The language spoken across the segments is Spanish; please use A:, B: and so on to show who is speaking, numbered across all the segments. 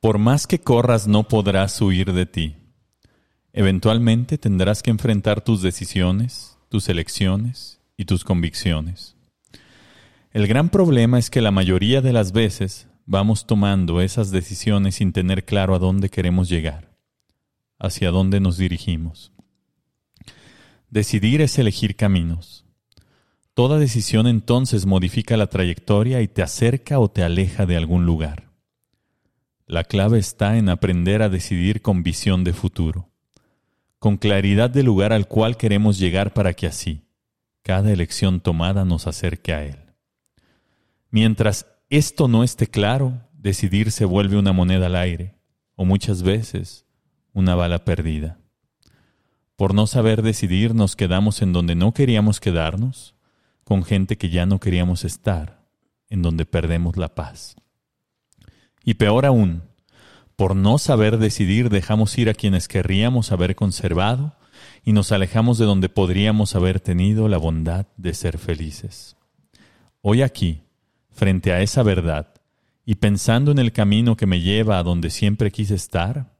A: Por más que corras no podrás huir de ti. Eventualmente tendrás que enfrentar tus decisiones, tus elecciones y tus convicciones. El gran problema es que la mayoría de las veces vamos tomando esas decisiones sin tener claro a dónde queremos llegar, hacia dónde nos dirigimos. Decidir es elegir caminos. Toda decisión entonces modifica la trayectoria y te acerca o te aleja de algún lugar. La clave está en aprender a decidir con visión de futuro, con claridad del lugar al cual queremos llegar para que así, cada elección tomada nos acerque a él. Mientras esto no esté claro, decidir se vuelve una moneda al aire, o muchas veces una bala perdida. Por no saber decidir nos quedamos en donde no queríamos quedarnos, con gente que ya no queríamos estar, en donde perdemos la paz. Y peor aún, por no saber decidir dejamos ir a quienes querríamos haber conservado y nos alejamos de donde podríamos haber tenido la bondad de ser felices. Hoy aquí, frente a esa verdad, y pensando en el camino que me lleva a donde siempre quise estar,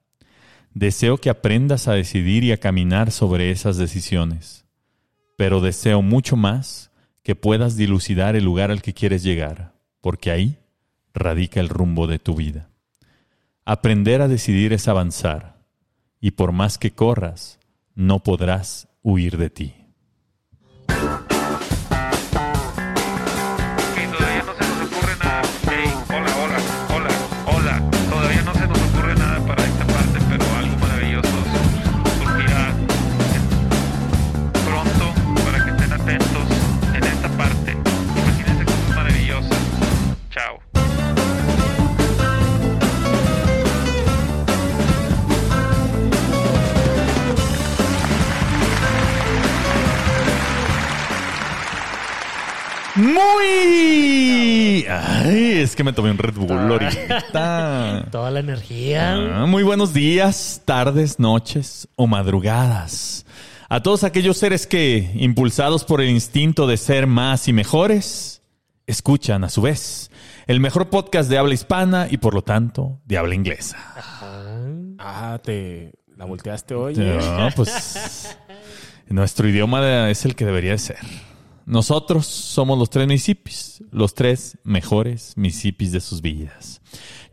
A: deseo que aprendas a decidir y a caminar sobre esas decisiones, pero deseo mucho más que puedas dilucidar el lugar al que quieres llegar, porque ahí radica el rumbo de tu vida. Aprender a decidir es avanzar, y por más que corras, no podrás huir de ti.
B: Ok, todavía no se nos ocurre nada. Ey, hola, hola, hola, hola. Todavía no se nos ocurre nada para esta parte, pero algo maravilloso surgirá en- pronto para que estén atentos en esta parte. Imagínense cosas maravillosas. Chao.
A: Muy... Ay, es que me tomé un Red Bull ahorita.
C: Toda la energía.
A: Ah, muy buenos días, tardes, noches o madrugadas. A todos aquellos seres que, impulsados por el instinto de ser más y mejores, escuchan a su vez el mejor podcast de habla hispana y por lo tanto de habla inglesa.
D: Ah, te la volteaste hoy. eh.
A: No, pues nuestro idioma de- es el que debería de ser. Nosotros somos los tres municipios, los tres mejores municipios de sus vidas.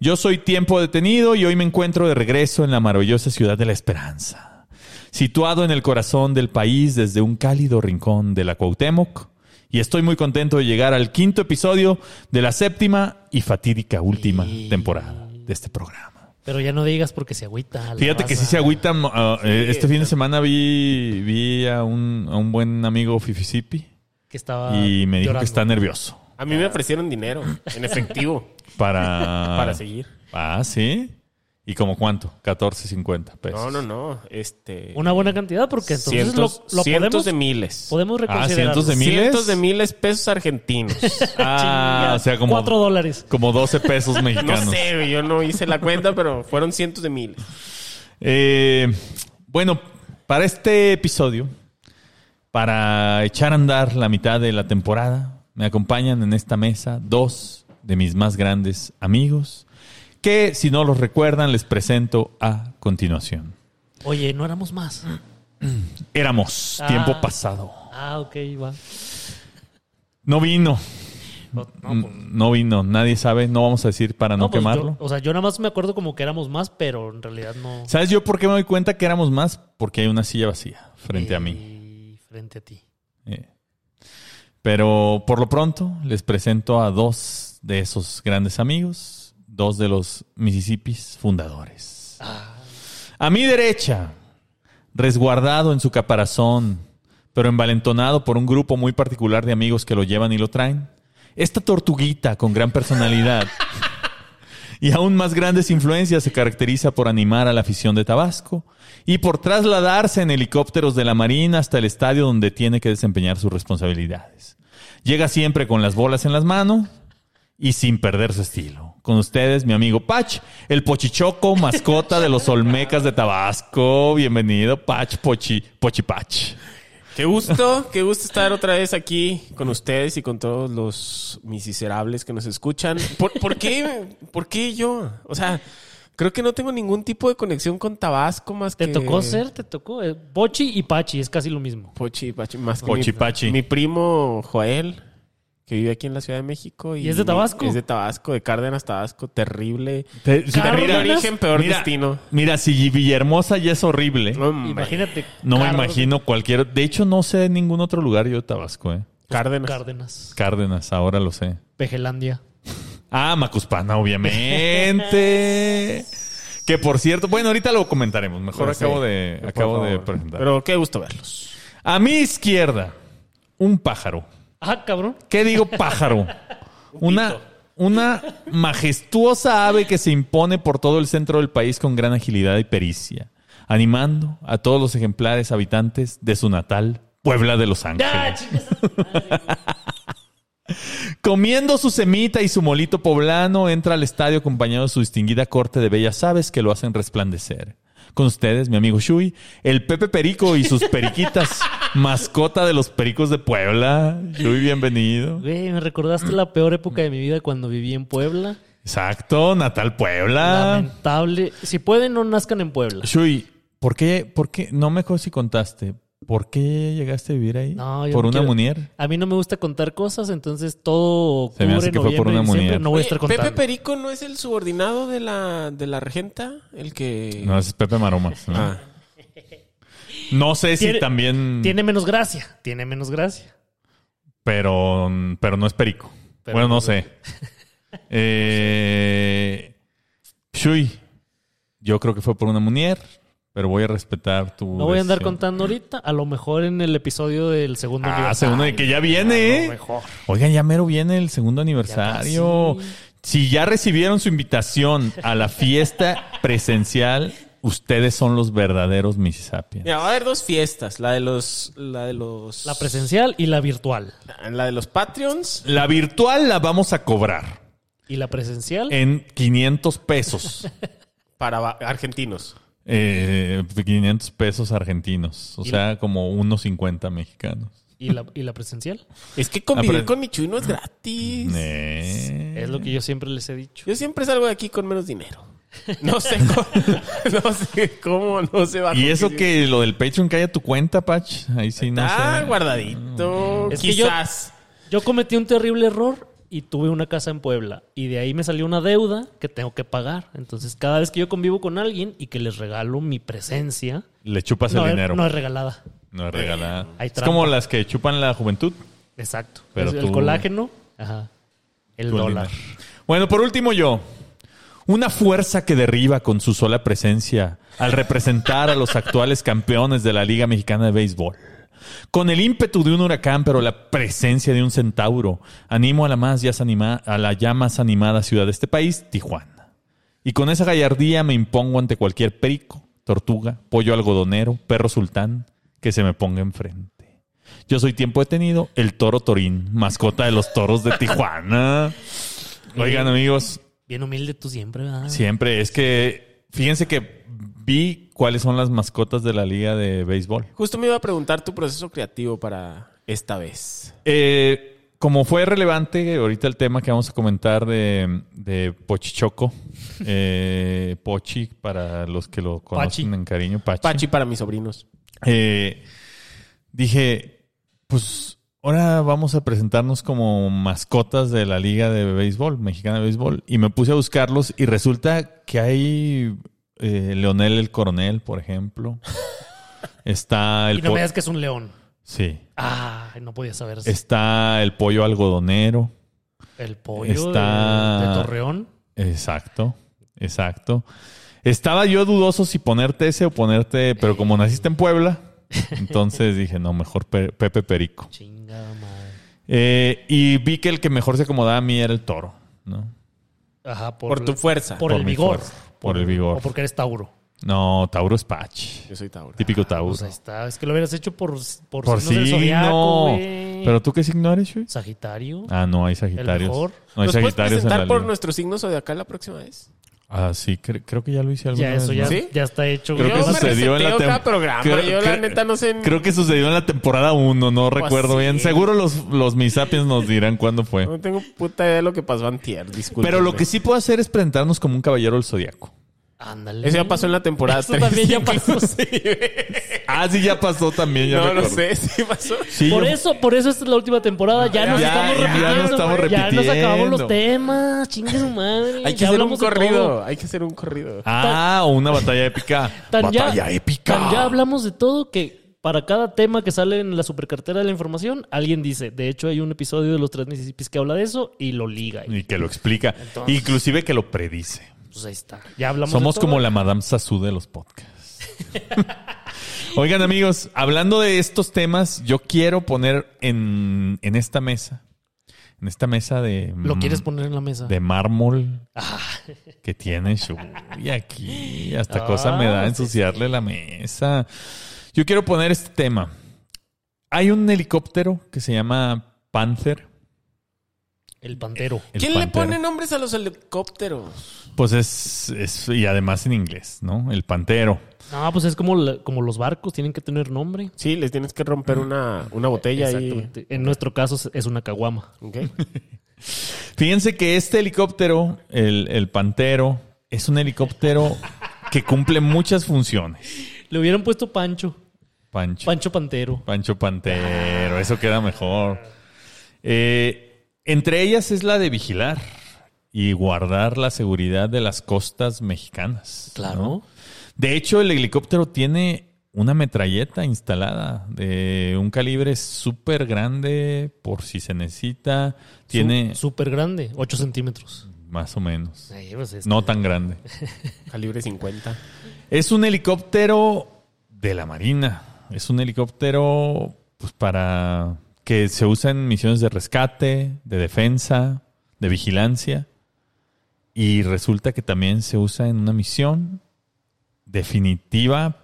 A: Yo soy tiempo detenido y hoy me encuentro de regreso en la maravillosa ciudad de la Esperanza, situado en el corazón del país desde un cálido rincón de la Cuauhtémoc. Y estoy muy contento de llegar al quinto episodio de la séptima y fatídica última
C: Y-
A: temporada de este programa.
C: Pero ya no digas porque se agüita.
D: Pues
C: la
A: Fíjate que sí
C: raza.
A: se agüita. mo- ah, eh, este fin de semana vi, vi a, un, a un buen amigo Fifisipi
C: Que
D: Ah,
C: estaba
A: y me dijo
C: llorando.
A: que está nervioso
D: A mí me ofrecieron dinero en efectivo
A: para...
D: para seguir.
A: Ah, sí. ¿Y como cuánto? 14.50 pesos.
D: No, no, no. Este.
C: Una buena cantidad porque entonces lo-
D: cientos,
C: lo,
D: cientos
C: podemos,
D: de miles.
C: podemos
A: Ah,
C: reconsiderar.
A: cientos de miles.
D: Cientos de miles pesos argentinos.
A: Ah, o sea, como,
C: Cuatro dólares.
A: como 12 pesos
D: No
A: mexicanos.
D: sé, güey, yo no hice la cuenta, pero fueron cientos de miles.
A: Eh, bueno, para este episodio, para echar a andar la mitad de la temporada, me acompañan en esta mesa dos de mis más grandes amigos, que si no los recuerdan, les presento a continuación.
C: Oye, no éramos más.
A: Éramos,
C: Ah.
A: tiempo pasado.
C: Ah, ok, va.
A: No vino,
C: No, no, pues-
A: Mm, no vino, nadie sabe, no vamos a decir para no,
C: no, pues
A: quemarlo.
C: yo- o sea, yo nada más me acuerdo como que éramos más, pero en realidad no.
A: ¿Sabes yo por qué me doy cuenta que éramos más? Porque hay una silla vacía frente a mí.
C: Y Frente a ti.
A: Eh, Pero por lo pronto les presento a dos de esos grandes amigos, dos de los Mississippis fundadores. A mi derecha, resguardado en su caparazón, pero envalentonado por un grupo muy particular de amigos que lo llevan y lo traen, esta tortuguita con gran personalidad y aún más grandes influencias se caracteriza por animar a la afición de Tabasco y por trasladarse en helicópteros de la Marina hasta el estadio donde tiene que desempeñar sus responsabilidades. Llega siempre con las bolas en las manos y sin perder su estilo. Con ustedes, mi amigo Pach, el pochichoco, mascota de los Olmecas de Tabasco. Bienvenido, Pach, pochi, pochipach.
D: Qué gusto, qué gusto estar otra vez aquí con ustedes y con todos los miserables que nos escuchan. ¿Por, por qué? ¿Por qué yo? O sea, Creo que no tengo ningún tipo de conexión con Tabasco más
C: ¿Te
D: que.
C: tocó ser? ¿Te tocó? Eh, Pochi y Pachi, es casi lo mismo.
D: Pochi, Pachi, más que
A: Pochi,
D: mi,
A: Pachi.
D: mi primo Joel, que vive aquí en la Ciudad de México. ¿Y,
C: ¿Y es de Tabasco?
D: Es de Tabasco, de Cárdenas, Tabasco. Terrible.
A: Te-
D: Terrible
C: Cárdenas.
D: origen, peor
A: mira,
D: destino.
A: Mira, si Villahermosa ya es horrible, no,
D: Hombre,
C: Imagínate.
A: me
C: Car-
A: imagino cualquier. De hecho, no sé de ningún otro lugar yo de Tabasco, ¿eh?
D: Cárdenas.
C: Cárdenas.
A: Cárdenas, ahora lo sé.
C: Pejelandia.
A: Ah, Macuspana, obviamente. que por cierto, bueno, ahorita lo comentaremos. Mejor
D: Sí,
A: acabo de,
D: por
A: acabo de
D: favor.
A: presentar.
D: Pero qué gusto verlos.
A: A mi izquierda, un pájaro.
C: Ah, cabrón.
A: ¿Qué digo pájaro? una, una majestuosa ave que se impone por todo el centro del país con gran agilidad y pericia, animando a todos los ejemplares habitantes de su natal Puebla de Los
C: ¡Ah,
A: Ángeles.
C: chingas!
A: Comiendo su semita y su molito poblano, entra al estadio acompañado de su distinguida corte de bellas aves que lo hacen resplandecer. Con ustedes, mi amigo Shui, el Pepe Perico y sus periquitas, mascota de los pericos de Puebla. Shui, bienvenido.
C: Güey, me recordaste la peor época de mi vida cuando viví en Puebla.
A: Exacto, Natal Puebla.
C: Lamentable. Si pueden, no nazcan en Puebla.
A: Shui, ¿por qué, por qué, no me acuerdo si contaste, ¿por qué llegaste a vivir ahí?
C: No, yo
A: ¿Por
C: no
A: una
C: quiero-
A: munier?
C: A mí no me gusta contar cosas, entonces todo
A: Se me hace
C: octubre,
A: que fue por una
C: noviembre, diciembre,
A: moneda.
C: no voy a
D: Oye,
C: estar
D: Pepe
C: contando.
D: Perico no es el subordinado de la, de la regenta, el que.
A: No, ese es Pepe Maromas. No,
D: Ah.
A: No sé si
C: Tiene-
A: también,
C: Tiene menos gracia, tiene menos gracia.
A: pero, pero no es perico.
C: Pero
A: bueno, no
C: no
A: sé. eh, Shui, yo creo que fue por una munier, pero voy a respetar tu.
C: No voy a andar
A: decisión.
C: contando ahorita, a lo mejor en el episodio del segundo
A: Ah,
C: aniversario.
A: segundo de que ya viene,
C: A
A: ¿eh?
C: lo mejor.
A: Oigan, ya mero viene el segundo aniversario. Si ya recibieron su invitación a la fiesta presencial, ustedes son los verdaderos Mississippi.
D: Mira, va a haber dos fiestas. La de los. La de los.
C: La presencial y la virtual.
D: la de los Patreons.
A: La virtual la vamos a cobrar
C: Y la presencial,
A: en 500 pesos.
D: Para va- argentinos.
A: Eh, 500 pesos argentinos. O sea, como unos 50 mexicanos.
C: y la, y la presencial.
D: Es que convivir
A: Ah, pero-
D: con Michuy no es gratis.
A: Eh.
C: Es lo que yo siempre les he dicho.
D: Yo siempre salgo de aquí con menos dinero. No sé cómo, no sé cómo, no se va
C: Ah,
D: a
A: Y eso
D: conseguir.
A: que lo del Patreon cae a tu cuenta, Pach. Ahí sí no
C: Ah,
D: Está
A: sé.
D: guardadito.
C: Es que yo-
D: Quizás.
C: Yo cometí un terrible error y tuve una casa en Puebla. Y de ahí me salió una deuda que tengo que pagar. Entonces, cada vez que yo convivo con alguien y que les regalo mi presencia,
A: Le chupas
C: no,
A: el
C: es-
A: dinero.
C: no es regalada.
A: No es regalada.
C: Hay
A: Es como
C: trampa.
A: las que chupan la juventud.
C: Exacto.
A: Pero
C: Es
A: tú-
C: El colágeno, ajá. El
A: Tú el
C: dólar.
A: dinero. Bueno, por último yo. Una fuerza que derriba con su sola presencia al representar a los actuales campeones de la Liga Mexicana de Béisbol. Con el ímpetu de un huracán, pero la presencia de un centauro, animo a la, más ya anima- a la ya más animada ciudad de este país, Tijuana. Y con esa gallardía me impongo ante cualquier perico, tortuga, pollo algodonero, perro sultán que se me ponga enfrente. Yo soy tiempo detenido, el toro torín, mascota de los toros de Tijuana. Oigan, amigos,
C: Bien humilde tú siempre, ¿verdad?
A: siempre es que fíjense que vi cuáles son las mascotas de la liga de béisbol.
D: Justo me iba a preguntar tu proceso creativo para esta vez.
A: Eh, como fue relevante ahorita el tema que vamos a comentar de, de Pochichoco, eh, Pochi, para los que lo conocen en cariño, Pachi.
D: Pachi para mis sobrinos.
A: Eh, dije, pues ahora vamos a presentarnos como mascotas de la liga de béisbol, mexicana de béisbol. Y me puse a buscarlos y resulta que hay eh, Leonel el Coronel, por ejemplo. Está el...
C: Y no
A: po-
C: me digas que es un león.
A: Sí.
C: Ah, no podía saber.
A: Está el pollo algodonero.
C: el pollo
A: está-
C: de, de Torreón.
A: Exacto, exacto. Estaba yo dudoso si ponerte ese o ponerte, pero como naciste en Puebla, entonces dije, no, mejor Pe- Pepe Perico.
C: Chinga madre.
A: Eh, y vi que el que mejor se acomodaba a mí era el toro, ¿no?
C: Ajá, por,
D: Por, tu fuerza.
C: por el
A: mi
C: vigor.
A: fuerza, Por el vigor.
C: O porque eres Tauro.
A: No, Tauro es Pach.
D: Yo soy Tauro.
A: Típico Tauro.
C: Pues ahí está. Es que lo hubieras hecho por, por,
A: Por
C: signos del
A: sí,
C: zodiaco,
A: no.
C: güey.
A: ¿Pero tú qué signo eres, Shui?
C: Sagitario.
A: Ah, no, hay Sagitarios.
C: mejor.
A: No hay
D: ¿Nos puedes
A: Sagitarios en la
D: presentar por
A: liga.
D: nuestro signo zodiacal la próxima vez?
A: Ah, sí, cre- creo que ya lo hice alguna
C: ya
A: vez,
C: eso ya,
A: pues ¿no?
D: ¿Sí?
C: ya está hecho.
A: Creo
C: güey.
A: que
D: Yo me
A: sucedió en la
D: reseteo
A: tem-
D: cada programa.
A: creo-
D: Yo la
A: creo-
D: neta no sé...
A: Creo que sucedió en la temporada 1, no recuerdo
D: sí.
A: bien. Seguro los, los misapiens nos dirán cuándo fue.
D: No tengo puta idea de lo que pasó antier. Disculpe.
A: Pero lo que sí puedo hacer es presentarnos como un caballero del zodiaco.
C: Ándale.
D: Eso ya pasó en la temporada
C: Eso
D: 3.
C: también ya pasó.
A: Ah, sí, ya pasó también. Ya
D: no, no
A: recuerdo.
D: sé, sí pasó.
A: Sí,
C: Por
A: yo-
C: eso, por eso esta es la última temporada. Ya nos
A: Ya,
C: estamos
A: ya
C: repitiendo.
A: nos estamos
C: güey. Ya nos acabamos
A: repitiendo.
C: los temas. Chingue su madre.
D: Hay que
C: Ya
D: hacer un
C: hablamos de todo.
D: corrido. Hay que hacer un corrido.
A: Ah, o una batalla épica.
C: Tan ya-
A: batalla épica.
C: tan ya hablamos de todo que para cada tema que sale en la supercartera de la información, alguien dice, de hecho hay un episodio de los tres Mississippis que habla de eso y lo liga. Y,
A: Y que lo explica.
C: Entonces-
A: Inclusive que lo predice.
C: pues ahí está. Ya hablamos
A: Somos
C: de todo.
A: como la Madame Sassou de los podcasts. Oigan, amigos, hablando de estos temas, yo quiero poner en, en esta mesa, en esta mesa de.
C: Lo
A: mm,
C: quieres poner en la mesa.
A: De mármol que tiene su. Y aquí, hasta cosa me da
C: Ah,
A: ensuciarle la mesa. Yo quiero poner este tema. Hay un helicóptero que se llama Panther.
C: El pantero.
A: el
D: ¿Quién le
A: Pantera.
D: pone nombres a los helicópteros?
A: Pues es, es- Y además en inglés, ¿no? El pantero.
C: No, pues es como, la- como los barcos, tienen que tener nombre.
D: Sí, les tienes que romper una, una botella y...
C: Exactamente. En nuestro caso es una caguama.
D: Ok.
A: Fíjense que este helicóptero, el, el pantero, es un helicóptero que cumple muchas funciones.
C: Le hubieran puesto Pancho.
A: Pancho.
C: Pancho Pantero.
A: Pancho Pantero, eso queda mejor. Eh, entre ellas es la de vigilar y guardar la seguridad de las costas mexicanas.
C: Claro.
A: ¿no? De hecho, el helicóptero tiene una metralleta instalada de un calibre súper grande por si se necesita. Tiene
C: Su- Súper grande, 8 centímetros.
A: más o menos.
C: Ahí, pues, es-
A: No tan grande.
D: Calibre 50.
A: Es un helicóptero de la Marina. Es un helicóptero pues, para que se usa en misiones de rescate, de defensa, de vigilancia. Y resulta que también se usa en una misión definitiva,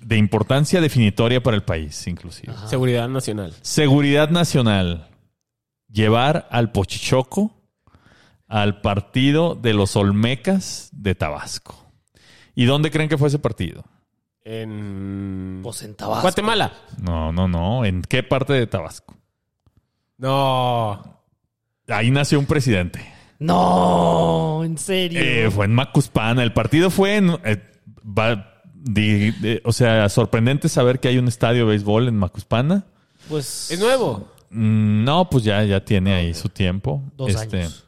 A: de importancia definitoria para el país, inclusive.
C: Ajá.
D: Seguridad nacional.
A: Seguridad Nacional. Llevar al Pochichoco al partido de los Olmecas de Tabasco. ¿Y dónde creen que fue ese partido?
D: En...
C: Pues en Tabasco.
D: Guatemala.
A: No, no, no. ¿En qué parte de Tabasco?
D: No.
A: Ahí nació un presidente.
C: No, en serio.
A: Eh, fue en Macuspana. El partido fue en... eh, va- di- de- o sea, sorprendente saber que hay un estadio de béisbol en Macuspana.
C: pues.
D: Es nuevo.
A: Mm, No, pues ya, ya tiene ahí su tiempo.
C: Dos
A: Este,
C: años.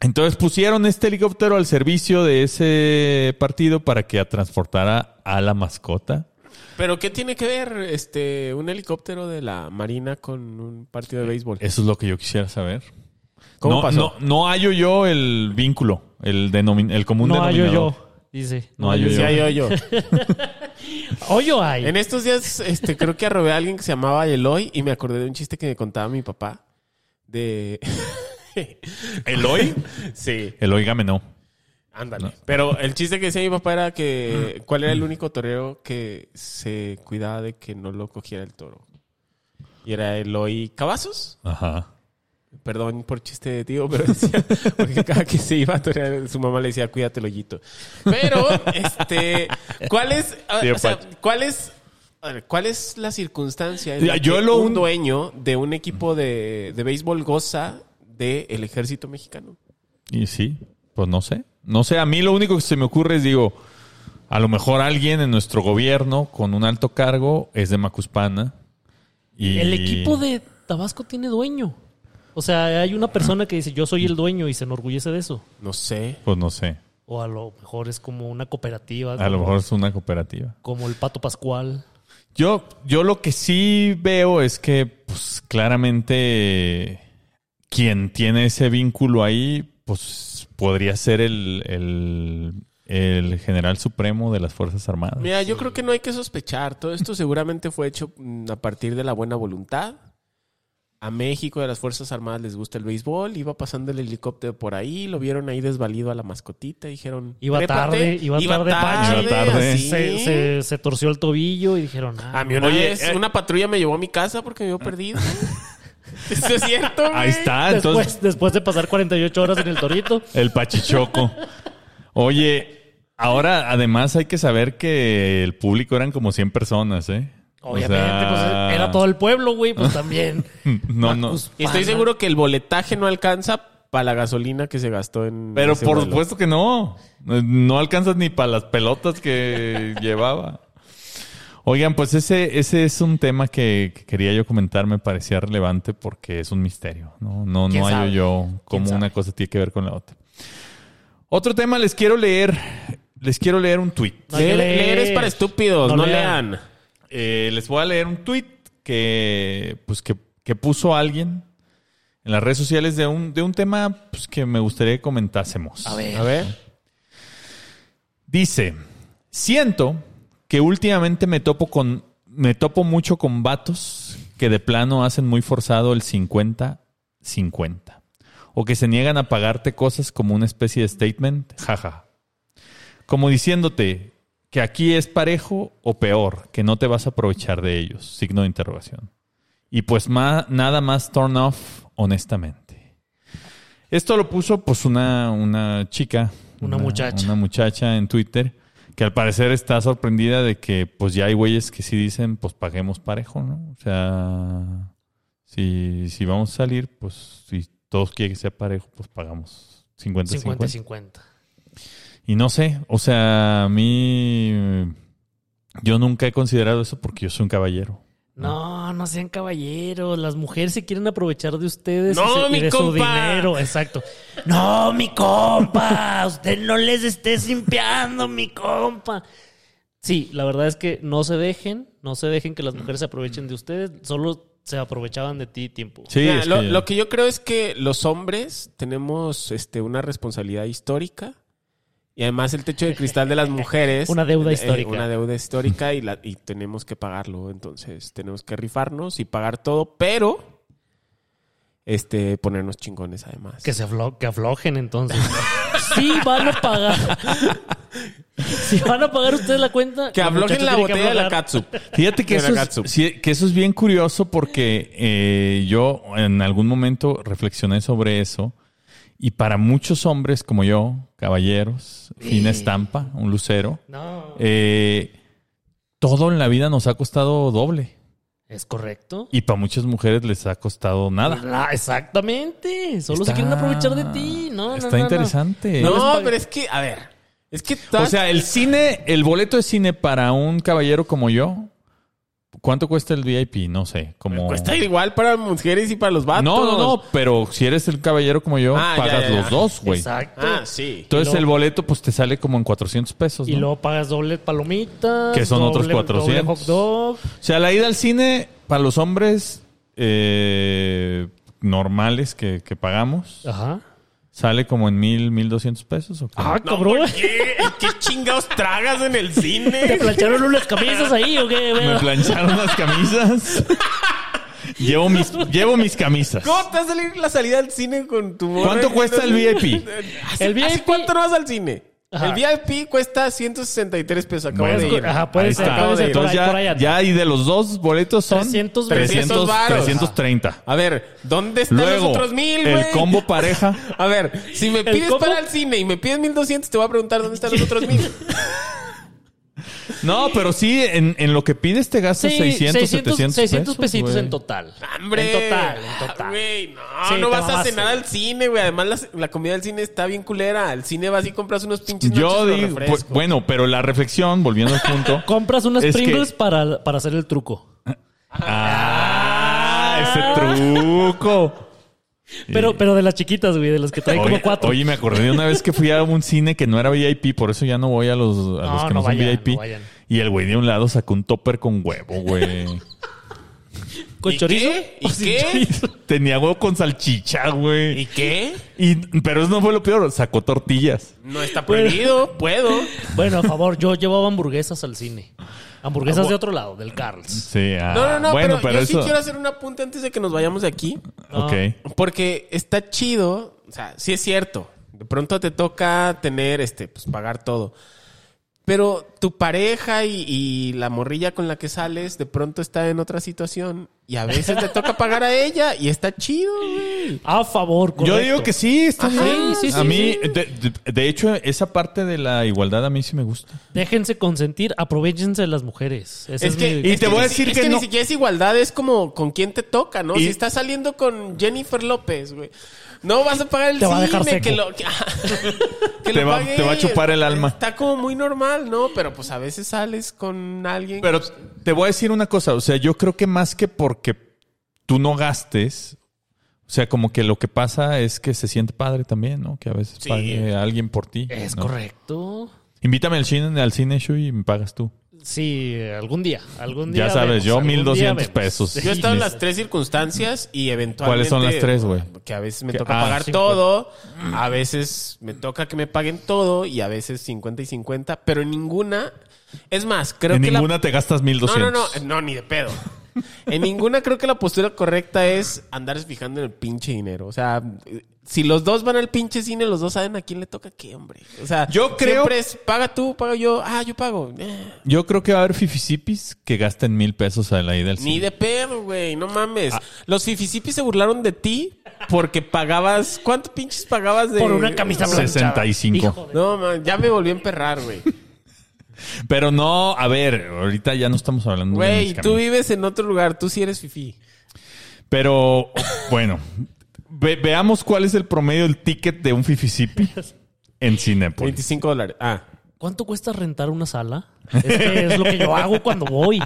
A: Entonces pusieron este helicóptero al servicio de ese partido para que transportara a la mascota.
D: ¿Pero qué tiene que ver este un helicóptero de la Marina con un partido de béisbol?
A: Eso Eh, es lo que yo quisiera saber.
D: ¿Cómo
A: no,
D: pasó?
A: No, no hallo yo el vínculo, el, denomin- el común
C: No hay
A: denominador.
C: hoyo. Dice.
A: No hay
D: Sí,
A: hoyo.
D: hay hoyo.
C: Hoyo hay.
D: En estos días este, creo que arrobé a alguien que se llamaba Eloy y me acordé de un chiste que me contaba mi papá. De...
A: ¿Eloy?
D: sí,
A: Eloy Gamenó.
D: ándale. Pero el chiste que decía mi papá era que... ¿Cuál era el único torero que se cuidaba de que no lo cogiera el toro? Y era Eloy Cavazos.
A: Ajá.
D: Perdón por chiste de tío, pero decía, porque cada que se iba a torear, su mamá le decía, cuídate, loyito. Pero, este, ¿cuál es, ah,
A: Tío
D: o sea,
A: Pacho.
D: cuál es, a ver, cuál es la circunstancia en la
A: Ya, yo
D: que
A: lo
D: un
A: un-
D: dueño de un equipo de, de béisbol goza del ejército mexicano?
A: Y sí, pues no sé. No sé, a mí lo único que se me ocurre es, digo, a lo mejor alguien en nuestro gobierno con un alto cargo es de Macuspana. Y...
C: El equipo de Tabasco tiene dueño. O sea, hay una persona que dice, yo soy el dueño y se enorgullece de eso.
D: No sé.
A: Pues no sé.
C: O a lo mejor es como una cooperativa.
A: A lo mejor es una cooperativa.
C: Como el Pato Pascual.
A: Yo, yo lo que sí veo es que, pues, claramente quien tiene ese vínculo ahí, pues, podría ser el, el, el general supremo de las Fuerzas Armadas.
D: Mira, yo creo que no hay que sospechar. Todo esto seguramente fue hecho mm, a partir de la buena voluntad. A México, de las Fuerzas Armadas, les gusta el béisbol. Iba pasando el helicóptero por ahí, lo vieron ahí desvalido a la mascotita. Dijeron:
C: Iba
D: "Trépate".
C: tarde, iba tarde,
A: Pancho. Iba tarde.
D: así.
C: Se, se- se torció el tobillo y dijeron, ah,
D: A mí una
A: Oye,
D: vez,
A: eh. Ah.
D: una patrulla me llevó a mi casa porque me vio perdido. Eso es cierto.
A: Ahí
D: güey.
A: está,
C: después,
A: Ah, entonces,
C: después de pasar 48 horas en el torito.
A: el pachichoco. Oye, ahora además hay que saber que el público eran como 100 personas, ¿eh? O
C: Obviamente,
A: sea,
C: pues era todo el pueblo, güey, pues también.
A: No, no.
C: Macus-
D: Y estoy seguro que el boletaje no alcanza para la gasolina que se gastó en.
A: Pero
D: ese
A: por
D: vuelo.
A: supuesto que no. No alcanzas ni para las pelotas que llevaba. Oigan, pues ese, ese es un tema que, que quería yo comentar, me parecía relevante porque es un misterio. No, no,
C: ¿Quién
A: no hallo
C: sabe?
A: yo cómo
C: sabe?
A: una cosa tiene que ver con la otra. Otro tema, les quiero leer. Les quiero leer un tweet.
C: No hay que
D: Leer,
C: leer.
D: leer es para estúpidos,
C: No
D: no,
C: lean.
D: lean.
A: Eh, les voy a leer un tweet que, pues, que, que puso alguien en las redes sociales de un, de un tema pues, que me gustaría que comentásemos.
C: A ver.
D: A ver.
A: Dice, siento que últimamente me topo con me topo mucho con vatos que de plano hacen muy forzado el 50 50 o que se niegan a pagarte cosas como una especie de statement, jaja. Como diciéndote que aquí es parejo o peor, que no te vas a aprovechar de ellos, signo de interrogación. Y pues ma- nada más turn off, honestamente. Esto lo puso pues una, una chica.
C: Una muchacha.
A: Una muchacha en Twitter que al parecer está sorprendida de que pues ya hay güeyes que sí dicen pues paguemos parejo, ¿no? O sea, si, si vamos a salir, pues si todos quieren que sea parejo, pues pagamos 50-50.
C: 50-50.
A: Y no sé, o sea, a mí yo nunca he considerado eso porque yo soy un caballero.
C: No, no sean caballeros. Las mujeres se quieren aprovechar de ustedes y
D: No,
C: se- y,
D: mi
C: de su
D: compa.
C: dinero. Exacto. No, mi compa. Usted no les esté simpeando, mi compa. Sí, la verdad es que no se dejen. No se dejen que las mujeres se aprovechen de ustedes. Solo se aprovechaban de ti tiempo.
A: Sí,
D: Mira,
A: es
D: lo,
A: que-
D: lo que yo creo es que los hombres tenemos este, una responsabilidad histórica y además el techo de cristal de las mujeres.
C: Una deuda
D: eh,
C: histórica.
D: una deuda histórica y, la, y tenemos que pagarlo. Entonces tenemos que rifarnos y pagar todo, pero este, ponernos chingones además.
C: Que se aflo- que aflojen entonces. sí van a pagar. si van a pagar ustedes la cuenta.
D: Que
C: los
D: aflojen
C: muchachos
D: la
C: tienen que
D: botella de la
C: aflojar.
D: catsup.
A: Fíjate que
D: De
A: eso, es,
D: Nakatsu.
A: sí, que eso es bien curioso porque eh, yo en algún momento reflexioné sobre eso y para muchos hombres como yo, caballeros, fina estampa, un lucero,
C: No.
A: eh, todo en la vida nos ha costado doble
C: ¿Es correcto?
A: y para muchas mujeres les ha costado nada.
C: Ah, exactamente. Solo se
A: Está-
C: quieren aprovechar de ti. No, no,
A: Está
C: no, no.
A: interesante.
C: No les
D: No,
C: pague-
D: pero es que, a ver, es que
A: O
D: todas-
A: sea, el cine, el boleto de cine para un caballero como yo, ¿cuánto cuesta el VIP? No sé, como...
C: Pues
D: cuesta igual para mujeres y para los vatos.
A: No, no, no, pero si eres el caballero como yo,
D: Ah, ya,
A: pagas
D: ya, ya.
A: los dos, güey.
C: Exacto.
D: Ah, sí.
A: Entonces
C: Y luego-
A: el boleto pues te sale como en 400 pesos,
C: Y
A: ¿no?
C: luego pagas doble palomitas.
A: Que son otros
C: doble-
A: 400.
C: doble hot dog.
A: O sea, la ida al cine para los hombres eh, normales que, que pagamos
C: Ajá.
A: sale como en 1000, 1200 pesos. ¿o qué?
C: Ah,
D: No,
C: cabrón.
D: ¿por ¿Qué? ¿Qué chingados tragas en el
C: ¿Te
D: cine?
C: plancharon unas camisas ahí o qué?
A: Me
C: güey?
A: plancharon las camisas. llevo, mis, llevo mis camisas.
D: ¿Cómo te va a salir la salida al cine con tu morra?
A: ¿Cuánto cuesta el VIP?
D: ¿Hace-
C: El
D: hace
C: VIP?
D: cuánto no vas al cine?
C: Ajá.
D: El VIP cuesta 163 pesos. Acabo
A: Bueno,
D: de ir.
C: Ajá, puede
A: Ahí
C: ser.
A: está.
C: puede ser, por
A: Entonces
C: ahí,
A: ya,
C: por ahí anda.
A: ya y de los dos boletos son
C: 300,
A: 300,
D: 300.
A: 330.
D: A ver, ¿dónde Ah, están los
A: Luego,
D: otros mil, güey?
A: el combo pareja.
D: A ver, si me pides
C: combo?
D: para el cine y me pides 1200, te voy a preguntar dónde están los otros mil.
A: No, pero sí, en, en lo que pides te gastas
C: Sí,
A: 600, 700
C: 600 pesitos
A: güey.
C: en total.
D: ¡Hombre! Ah,
C: En total, en total.
D: Güey, no,
C: Sí, te
D: no vas a
C: mamaste.
D: cenar al cine, güey. Además, las- la, comida del cine está bien culera. Al cine vas y compras unos pinches
A: Yo pues,
D: nachos con
A: digo,
D: refresco.
A: bu- bueno, pero la reflexión, volviendo al punto.
C: Compras unas
A: Es que-
C: Pringles para, para hacer el truco.
A: ah, ese truco.
C: Pero, pero de las chiquitas, güey, de las que traen como
A: Oye,
C: cuatro.
A: oye, me acordé de una vez que fui a un cine que no era VIP, por eso ya no voy a los, a los
C: No,
A: que no,
C: no
A: son
C: vayan,
A: VIP.
C: no vayan.
A: Y el güey de un lado sacó un topper con huevo, güey.
C: ¿Con
D: ¿Y
C: chorizo?
D: qué?
C: ¿O
D: ¿Y
C: sin
D: qué?
C: chorizo?
A: Tenía huevo con salchicha, güey.
D: ¿Y qué?
A: Y, pero eso no fue lo peor, sacó tortillas.
D: No está prohibido, puedo.
C: Bueno, a favor, yo llevaba hamburguesas al cine. Hamburguesas
A: Ah,
C: de otro lado, del Carl's.
A: Sí, ah,
D: No, no, no,
A: bueno,
D: pero,
A: pero,
D: yo sí
A: eso.
D: quiero hacer un apunte antes de que nos vayamos de aquí.
A: Ok.
D: Porque está chido, o sea, sí es cierto. De pronto te toca tener, este, pues pagar todo. Pero tu pareja y, y la morrilla con la que sales de pronto está en otra situación Y a veces te toca pagar a ella y está chido, güey.
C: A favor, correcto.
A: Yo digo que sí, está
C: Ajá,
D: Ah,
A: bien.
C: sí, sí,
A: a mí,
C: sí.
A: de, de- de hecho, esa parte de la igualdad a mí sí me gusta.
C: Déjense consentir, aprovechense de las mujeres. Ese
D: Es que,
C: mi-
A: y te
D: es
A: voy a
D: ni-
A: decir
D: es
A: que no.
D: ni siquiera es igualdad, es como con quién te toca, ¿no?
A: Y-
D: Si estás saliendo con Jennifer López, güey. No vas a pagar el
C: Te va a dejar
D: cine, que
C: seco.
D: lo, que, que
A: Te
D: lo
A: va-
D: pague
A: te va a
D: ella.
A: chupar el alma.
D: Está como muy normal, ¿no? Pero pues a veces sales con alguien.
A: Pero te voy a decir una cosa, o sea, yo creo que más que porque tú no gastes, o sea, como que lo que pasa es que se siente padre también, ¿no? Que a veces
C: Sí.
A: pague a alguien por ti.
C: Es
A: ¿no?
C: correcto.
A: Invítame al cine, al cine Shui, y me pagas tú.
C: Sí, eh, algún día, algún día.
A: Ya sabes,
C: vemos,
A: yo
C: algún día
A: 1200
C: vemos.
A: pesos.
D: Yo he estado en
A: Sí.
D: las tres circunstancias y eventualmente.
A: ¿Cuáles son las tres, güey?
D: Que a veces me
A: Que-
D: toca
A: ah,
D: pagar
C: 50.
D: todo, a veces me toca que me paguen todo y a veces 50 y 50, pero en ninguna. Es más, creo
A: en
D: que. la-
A: ninguna te gastas 1200.
D: No, no, no, no, ni de pedo. En ninguna creo que la postura correcta es andar fijando en el pinche dinero. O sea, si los dos van al pinche cine, los dos saben a quién le toca qué, hombre. O sea,
A: Yo creo-
D: siempre es paga tú, paga yo. Ah, yo pago. Eh,
A: Yo creo que va a haber fifisipis que gasten mil pesos a la ida al cine.
D: Ni de pedo, güey, no mames. Los fifisipis se burlaron de ti porque pagabas. ¿Cuánto pinches pagabas de.?
C: Por una camisa blanca.
A: 65.
D: No, man, ya me volví a emperrar, güey.
A: Pero no, a ver, ahorita ya no estamos hablando de
D: Güey,
A: mis
D: tú
A: camisas.
D: vives en otro lugar, tú sí eres fifi.
A: Pero bueno, ve- veamos cuál es el promedio del ticket de un fifisipi en Cinepolis.
D: 25 dólares. Ah.
C: ¿Cuánto cuesta rentar una sala? Es que es lo que yo hago cuando voy.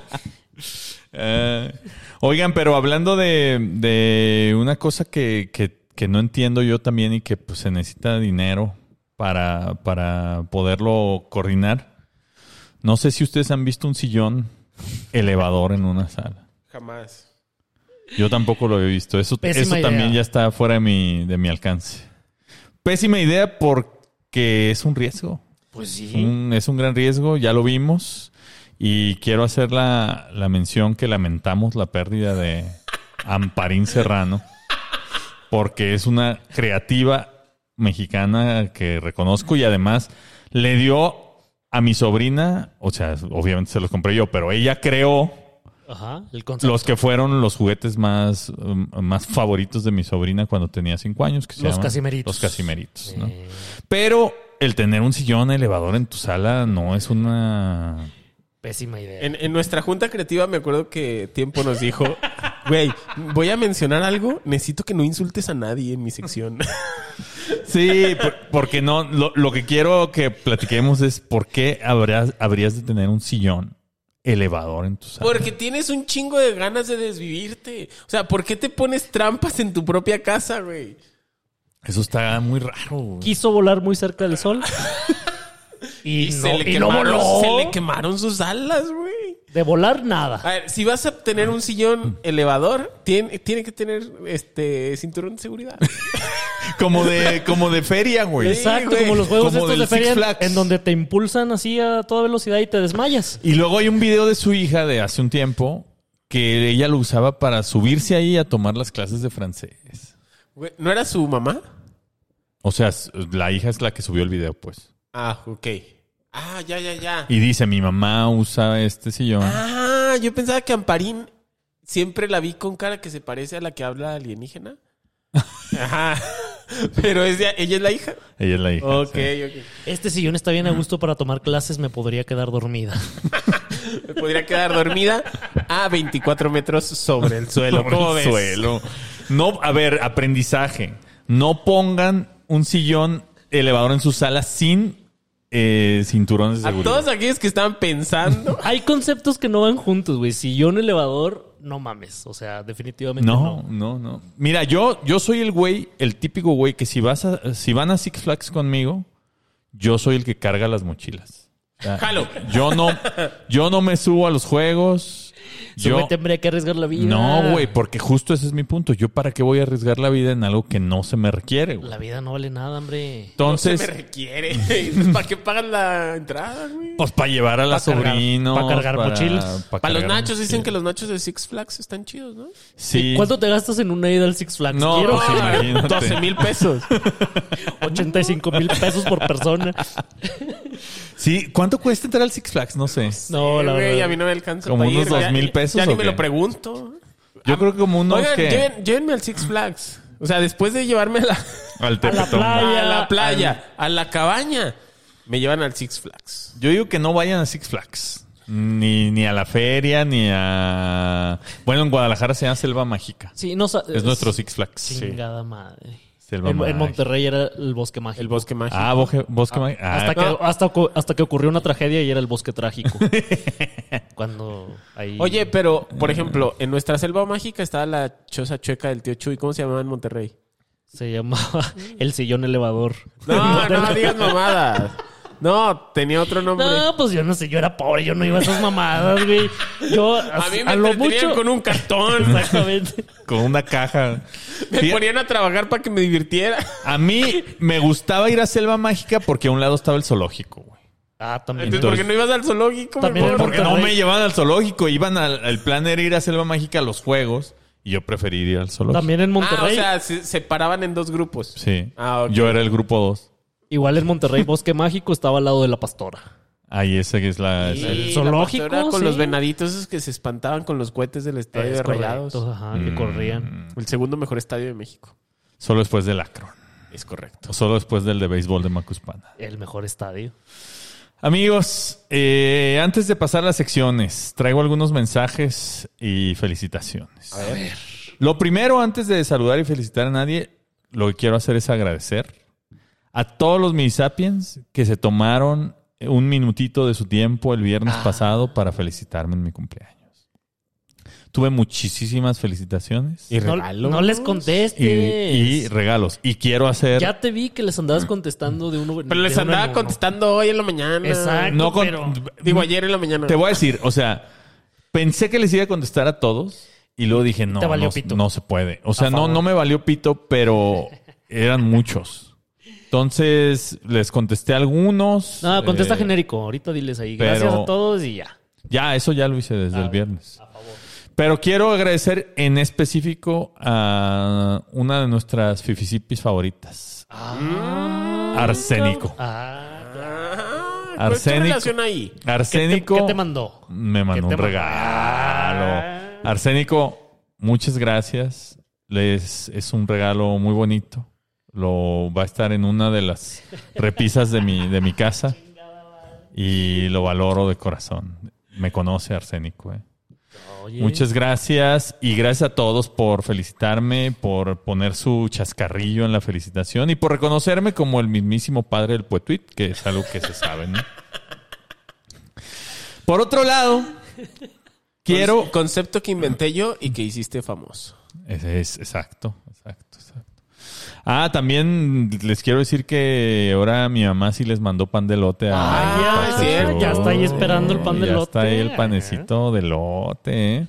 A: Eh, oigan, pero hablando de, de una cosa que, que- que no entiendo yo también y que pues, se necesita dinero para, para poderlo coordinar. No sé si ustedes han visto un sillón elevador en una sala.
D: Jamás.
A: Yo tampoco lo he visto. Eso,
C: Pésima
A: eso
C: idea.
A: también ya está fuera de mi, de mi alcance. Pésima idea porque es un riesgo.
C: Pues sí.
A: Un- es un gran riesgo, ya lo vimos. Y quiero hacer la, la mención que lamentamos la pérdida de Amparín Serrano, porque es una creativa mexicana que reconozco y además le dio a mi sobrina, o sea, obviamente se los compré yo, pero ella creó
C: Ajá, el concepto.
A: los que fueron los juguetes más, um, más favoritos de mi sobrina cuando tenía cinco años. Que se
C: Los
A: llaman
C: casimeritos.
A: Los casimeritos. ¿no?
C: Eh,
A: Pero el tener un sillón elevador en tu sala no es una...
C: Pésima idea.
D: En, en nuestra junta creativa me acuerdo que Tiempo nos dijo, güey, voy a mencionar algo, necesito que no insultes a nadie en mi sección.
A: Sí, por- porque no, lo, lo que quiero que platiquemos es por qué habrás, habrías de tener un sillón elevador en tu sala.
D: Porque tienes un chingo de ganas de desvivirte. O sea, ¿por qué te pones trampas en tu propia casa, güey?
A: Eso está muy raro. güey.
C: Quiso volar muy cerca del sol. Y, no,
D: se, le
C: y no
D: quemaron,
C: voló.
D: se le quemaron sus alas, güey.
C: De volar nada.
D: A ver, si vas a tener un sillón elevador, tiene, tiene que tener este cinturón de seguridad.
A: Como de, como de feria, güey.
C: Exacto,
D: güey.
C: como los juegos
A: Como
C: estos
A: del
C: de
A: Six
C: feria
A: Flags.
C: en donde te impulsan así a toda velocidad y te desmayas.
A: Y luego hay un video de su hija de hace un tiempo que ella lo usaba para subirse ahí a tomar las clases de francés.
D: Güey, ¿No era su mamá?
A: O sea, s- la hija es la que subió el video, pues.
D: Ah, ok. Ah, ya, ya, ya.
A: Y dice, mi mamá usa este sillón.
D: Ah, yo pensaba que Amparín siempre la vi con cara que se parece a la que habla alienígena. Ajá. Pero es de- ella es la hija.
A: Ella es la hija.
D: Ok,
A: sí.
D: ok.
C: Este sillón está bien a gusto para tomar clases, me podría quedar dormida.
D: Me podría quedar dormida a 24 metros sobre el suelo.
A: Sobre
D: ¿Cómo
A: el
D: ves?
A: suelo. No, a ver, aprendizaje. No pongan un sillón elevador en su sala sin eh, cinturones de
D: A
A: seguridad.
D: todos aquellos que estaban pensando.
C: Hay conceptos que no van juntos, güey. Sillón elevador, no mames. O sea, definitivamente
A: No, no,
C: no.
A: no. Mira, yo, yo soy el güey, el típico güey que si vas a, si van a Six Flags conmigo, yo soy el que carga las mochilas. O sea,
D: Jalo.
A: Yo no, yo no me subo a los juegos.
C: Yo me
A: Yo,
C: tendría que arriesgar la vida.
A: No, güey, porque justo ese es mi punto. Yo para qué voy a arriesgar la vida en algo que no se me requiere, güey.
C: La vida no vale nada, hombre.
A: Entonces,
D: Me requiere. ¿Para qué pagan la entrada, güey?
A: pues para llevar a la
C: Pa' cargar-
A: sobrina,
C: pa' cargar mochilas.
D: Para los nachos dicen que los nachos de Six Flags están chidos,
A: Oh,
D: ¿no?
A: Sí.
C: ¿Cuánto te gastas en una ida al Six Flags?
A: No,
C: Quiero
A: pues imagínate.
D: 12 mil pesos.
C: 85 mil pesos por persona.
A: Sí, ¿cuánto cuesta entrar al Six Flags? No sé.
C: No, la
D: Güey,
C: verdad.
D: a mí no me alcanza.
A: Como
D: para
A: unos
D: ir, güey.
A: 2,000 pesos,
D: Ya ni
A: ¿o
D: me
A: qué?
D: lo pregunto.
A: Yo creo que como unos
D: Oigan,
A: que-
D: lleven- llévenme al Six Flags. O sea, después de llevarme a la,
A: Al
C: A la
A: Tepetón.
C: playa.
D: a la playa, a la cabaña, me llevan al Six Flags.
A: Yo digo que no vayan a Six Flags. Ni, ni a la feria, ni a... Bueno, en Guadalajara se llama Selva Mágica.
C: Sí, no sa-
A: Es nuestro Six Flags.
C: Chingada madre.
A: Selva
C: En, en
A: Mágica.
C: Monterrey era el bosque mágico.
D: El bosque mágico.
A: Ah, Bosque, bosque Mágica. Ah,
C: hasta, que,
A: no.
C: hasta, ocu- hasta que ocurrió una tragedia y era el bosque trágico. Cuando ahí.
D: Oye, pero, por ejemplo, en nuestra selva mágica estaba la choza chueca del tío Chuy. ¿Cómo se llamaba en Monterrey?
C: Se llamaba el sillón elevador.
D: No, no digas mamadas. No, tenía otro nombre.
C: No, pues yo no sé, yo era pobre, yo no iba a esas mamadas, güey. Yo
D: a mí me
C: lo
D: entretenían
C: mucho.
D: con un cartón.
C: Exactamente.
A: Con una caja.
D: Me
A: Fíjate,
D: ponían a trabajar para que me divirtiera.
A: A mí me gustaba ir a Selva Mágica porque a un lado estaba el zoológico, güey.
C: Ah, también.
D: Entonces, ¿por qué no ibas al zoológico? mi
C: También
D: amor? Ah,
C: en
A: Porque no
C: Monterrey.
A: me llevaban al zoológico. Iban al... El plan era ir a Selva Mágica a los juegos. Y yo preferiría ir al zoológico.
C: También en
D: Ah, o
C: Monterrey.
D: sea, se separaban en dos grupos.
A: Sí.
D: Ah, ok.
A: Yo era el grupo 2.
C: Igual en Monterrey, Bosque Mágico estaba al lado de la pastora.
A: Ahí esa que es la...
D: Sí,
A: esa-
C: el
D: la
C: zoológico,
D: pastora con
C: sí.
D: los venaditos esos que se espantaban con los cohetes del estadio
C: Es
D: de
C: correcto,
D: Rayados.
C: Ajá,
D: Mm.
C: que corrían.
D: El segundo mejor estadio de México.
A: Solo después del Akron.
D: Es correcto.
A: O solo después del de béisbol de Macuspana.
C: El mejor estadio.
A: Amigos, eh, antes de pasar a las secciones, traigo algunos mensajes y felicitaciones. Lo primero, antes de saludar y felicitar a nadie, lo que quiero hacer es agradecer a todos los Minisapiens que se tomaron un minutito de su tiempo el viernes pasado para felicitarme en mi cumpleaños. Tuve muchísimas felicitaciones y,
C: No, no les contestes.
A: y regalos. Y quiero hacer...
C: Ya te vi que les andabas contestando de uno.
D: Mm. Pero les
C: de uno en
D: andaba
C: uno.
D: contestando hoy en la mañana.
C: Exacto.
A: no con-
C: pero-
D: Digo, ayer en la mañana.
A: Te voy a decir, o sea, pensé que les iba a contestar a todos y luego dije, no,
C: Te valió
A: no,
C: pito.
A: no se puede. O sea, no,
C: favor.
A: no me valió pito, pero eran muchos. Entonces, les contesté a algunos.
C: No, contesta
A: Eh,
C: genérico. Ahorita diles ahí.
A: pero-
C: Gracias a todos y ya.
A: Ya, eso ya lo hice desde
C: Ah,
A: el viernes. Pero quiero agradecer en específico a una de nuestras fifisipis favoritas, Arsénico.
C: Ah,
D: Ah, ¿cuál es tu
A: Arsénico.
D: relación ahí?
A: Arsénico.
C: ¿Qué te mandó?
A: Me mandó
C: ¿Qué
A: un
C: te mandó?
A: regalo. Arsénico, muchas gracias. Les, es un regalo muy bonito. Lo va a estar en una de las repisas de mi, de mi casa. Y lo valoro de corazón. Me conoce Arsénico. ¿eh?
C: Oye.
A: Muchas gracias. Y gracias a todos por felicitarme, por poner su chascarrillo en la felicitación y por reconocerme como el mismísimo padre del Puetuit, que es algo que se sabe. ¿no? Por otro lado, quiero.
D: Con- Concepto que inventé yo y que hiciste famoso.
A: Es, es- exacto, exacto, exacto. Ah, también les quiero decir que ahora mi mamá sí les mandó pan de lote a.
C: Ah,
A: a
C: ya,
A: Pastor
D: es cierto.
A: Show.
D: Ya está
C: ahí esperando el pan de
A: Ya
C: elote.
A: Está ahí el panecito de lote. ¿eh?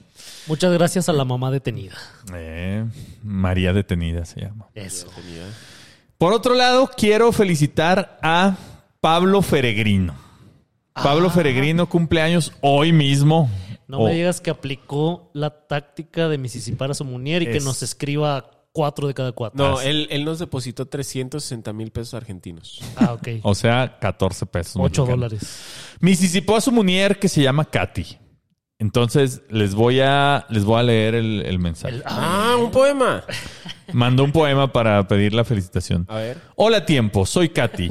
C: Muchas gracias a la mamá detenida.
A: Eh, María Detenida se llama.
C: Eso.
A: Por otro lado, quiero felicitar a Pablo Feregrino. Pablo Feregrino cumple años hoy mismo.
C: Ah. No
A: O-
D: Oh.
C: me digas que aplicó la táctica de Misisipar a su Munier y que
A: Es-
C: nos escriba cuatro de cada cuatro.
D: No, él, él nos depositó 360 mil pesos argentinos.
C: Ah, ok.
A: O sea, 14 pesos.
C: Ocho
A: mexicanos.
C: dólares.
A: Misisipó a su munier que se llama Katy. Entonces, les voy a, les voy a leer el, el mensaje.
D: Ah, un poema.
A: Mandó un poema para pedir la felicitación.
D: A ver.
A: Hola tiempo, soy Katy.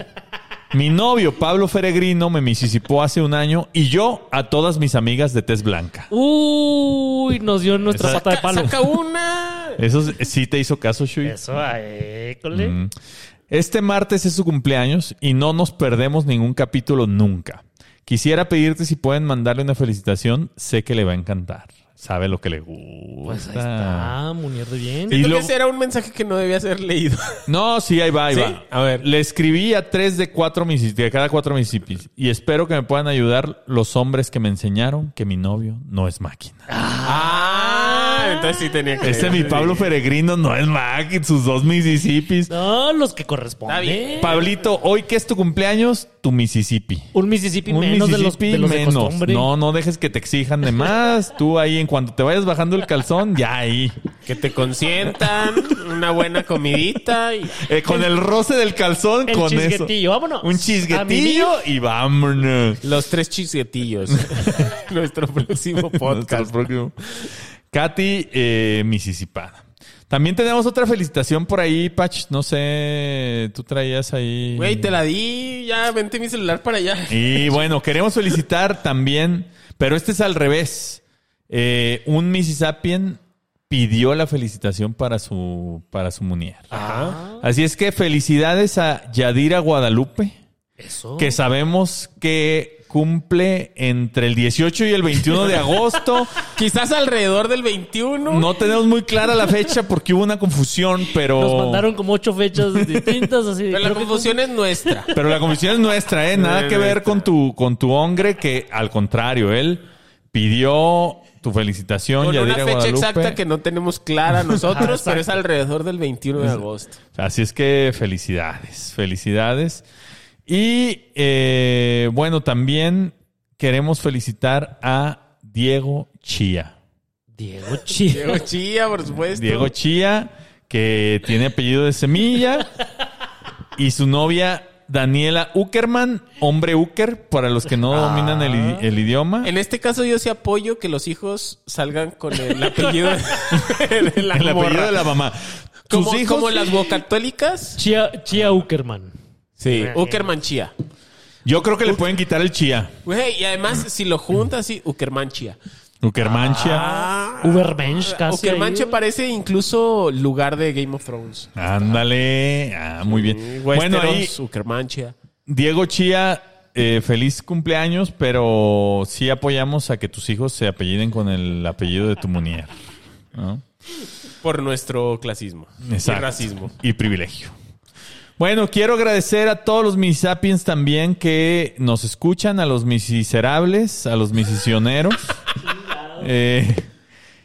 A: Mi novio Pablo Feregrino me misisipó hace un año y yo a todas mis amigas de tez blanca.
C: Uy, nos dio nuestra
A: Esa-
C: pata de palo.
D: Saca una.
A: Eso es- sí te hizo caso, Shui.
C: Eso, eh, cole.
A: Mm. Este martes es su cumpleaños y no nos perdemos ningún capítulo nunca. Quisiera pedirte si pueden mandarle una felicitación. Sé que le va a encantar. Sabe lo que le gusta.
C: Pues ahí está, Munier de bien.
A: Y
D: Creo
A: lo-
D: que ese era un mensaje que no debía ser leído.
A: No, sí, ahí va, ahí
D: ¿Sí?
A: va. A ver. Le escribí a tres de cuatro misis- de cada cuatro municipios y espero que me puedan ayudar los hombres que me enseñaron que mi novio no es máquina.
D: Ah, entonces sí tenía que
A: Este mi Pablo Peregrino no es máquina, sus dos Mississippis.
C: No, los que
D: Está
C: corresponden.
D: bien.
A: Pablito, hoy que es tu cumpleaños, tu Mississippi.
C: Un Mississippi menos de los, de los de costumbre.
A: No, no dejes que te exijan de más. Tú ahí, en cuanto te vayas bajando el calzón, ya ahí.
D: Que te consientan, una buena comidita y
A: Eh, con el roce del calzón,
C: El
A: con eso.
C: chisguetillo, vámonos.
A: Un
C: A mimir.
A: chisguetillo y vámonos.
D: los tres chisguetillos. Nuestro próximo
A: Nuestro
D: podcast.
A: próximo. Katy eh, Misisipana. También tenemos otra felicitación por ahí, Patch. No sé, tú traías ahí.
D: Güey, te la di. Ya, vente mi celular para allá.
A: Y bueno, queremos felicitar también, pero este es al revés. Eh, un Mississapien pidió la felicitación para su, para su munier.
D: Ajá.
A: Así es que felicidades a Yadira Guadalupe,
C: Eso.
A: que sabemos que cumple entre el 18 y el 21 de agosto.
D: Quizás alrededor del 21.
A: No tenemos muy clara la fecha porque hubo una confusión, pero...
C: Nos mandaron como ocho fechas distintas, así.
D: Pero la
C: creo que-
D: confusión es nuestra.
A: Pero la confusión es nuestra, ¿eh? Nada que ver con tu, con tu hombre, que al contrario, él pidió tu felicitación,
D: Con una
A: Yadira
D: fecha
A: Guadalupe.
D: exacta que no tenemos clara nosotros, pero es alrededor del 21 de agosto.
A: Así es que felicidades, felicidades. Y eh, bueno, también queremos felicitar a Diego Chía.
C: Diego Chía.
D: Diego Chía, por supuesto.
A: Diego Chía, que tiene apellido de semilla, y su novia Daniela Uckerman, hombre Ucker, para los que
D: Ah.
A: no dominan el, idi- el idioma.
D: En este caso yo sí apoyo que los hijos salgan con el apellido de, de la
A: el apellido
D: morra.
A: de la mamá.
D: Como,
A: Sus hijos,
D: como las bocatólicas.
C: Chía, Chía Uckerman.
D: Sí. Uckerman Chía.
A: yo creo que le pueden quitar el chía.
D: Güey, y además si lo juntas, sí, Uckerman Chía.
A: Uckermanchia.
D: Ah.
C: Ubermensch casi.
D: Uckerman
C: ahí.
D: Chía parece incluso lugar de Game of Thrones.
A: Ándale. Ah, muy bien. Bueno, ahí
D: Westeros, Uckerman Chía.
A: Diego Chía, eh, feliz cumpleaños, pero sí apoyamos a que tus hijos se apelliden con el apellido de tu munier. ¿no?
D: Por nuestro clasismo
A: Exacto.
D: y racismo.
A: Y privilegio. Bueno, quiero agradecer a todos los Misisapiens también que nos escuchan, a los miserables, a los misisioneros. eh,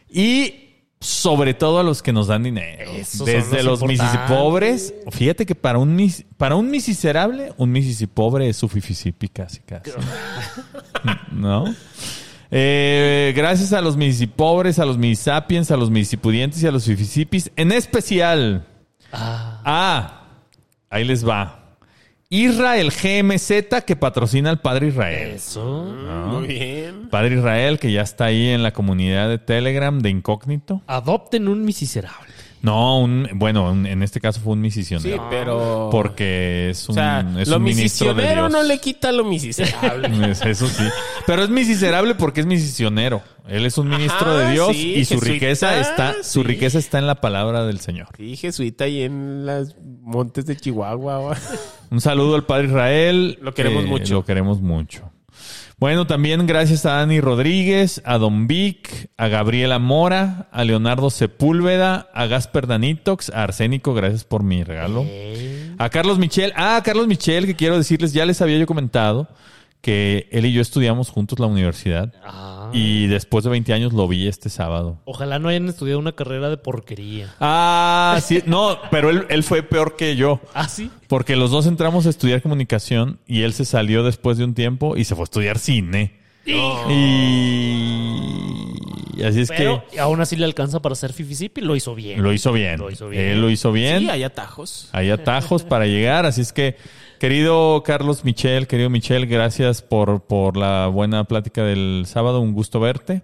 A: y sobre todo a los que nos dan dinero.
C: Esos son
A: Desde los,
C: los
A: misisipobres. Fíjate que para un, mis- para un mismiserable, un misisipobre es su fifisipi casi, casi. ¿No? Eh, gracias a los misipobres, a los misisapiens, a los misipudientes y a los fifisipis. En especial. Ah. Ahí les va. Israel GMZ que patrocina al Padre Israel.
C: Eso.
A: Ah.
D: Muy bien.
A: Padre Israel que ya está ahí en la comunidad de Telegram de incógnito.
C: Adopten un miserable.
A: No, un, bueno, un- en este caso fue un
D: Sí,
A: misionero.
D: pero...
A: Porque es un,
D: o sea,
A: es
D: lo
A: un ministro de
D: misionero
A: Dios.
D: no le quita lo miserable.
A: Es- Eso sí. Pero es miserable porque es misionero. Él es un ministro
D: Ajá,
A: de Dios
D: sí,
A: y su
D: jesuita,
A: riqueza está, su
D: sí.
A: riqueza está en la palabra del Señor.
D: Sí, jesuita ahí en las montes de Chihuahua. o-
A: Un saludo al Padre Israel.
D: Lo queremos
A: que
D: mucho.
A: Lo queremos mucho. Bueno, también gracias a Dani Rodríguez, a Don Vic, a Gabriela Mora, a Leonardo Sepúlveda, a Gasper Danitox, a Arsénico, gracias por mi regalo. A Carlos Michel, ah, a Carlos Michel, que quiero decirles, ya les había yo comentado que él y yo estudiamos juntos la universidad
C: Ah.
A: y después de 20 años lo vi este sábado.
C: Ojalá no hayan estudiado una carrera de porquería.
A: Ah, sí, no, pero él, él fue peor que yo.
C: Ah, sí.
A: Porque los dos entramos a estudiar comunicación y él se salió después de un tiempo y se fue a estudiar cine. Y... y así es
C: Pero aún así le alcanza para ser fifisipi. Lo hizo
A: que
C: bien.
A: lo hizo bien.
C: Lo hizo bien.
A: Él lo hizo bien.
D: Sí, hay atajos.
A: Hay atajos para llegar, así es que, querido Carlos Michel, querido Michel, gracias por, por la buena plática del sábado, un gusto verte.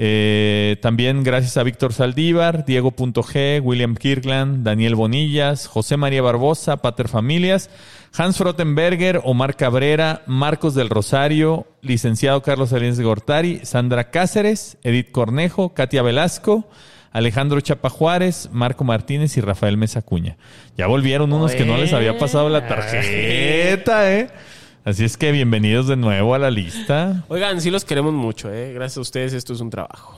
A: Eh, también gracias a Víctor Saldívar, Diego.g, William Kirkland, Daniel Bonillas, José María Barbosa, Pater Familias, Hans Frottenberger, Omar Cabrera, Marcos del Rosario, licenciado Carlos Salinas de Gortari, Sandra Cáceres, Edith Cornejo, Katia Velasco, Alejandro Chapa Juárez, Marco Martínez y Rafael Mesa Cuña. Ya volvieron unos que no les había pasado la tarjeta, ¿eh? Así es que bienvenidos de nuevo a la lista.
D: Oigan, sí los queremos mucho, ¿eh? Gracias a ustedes, esto es un trabajo.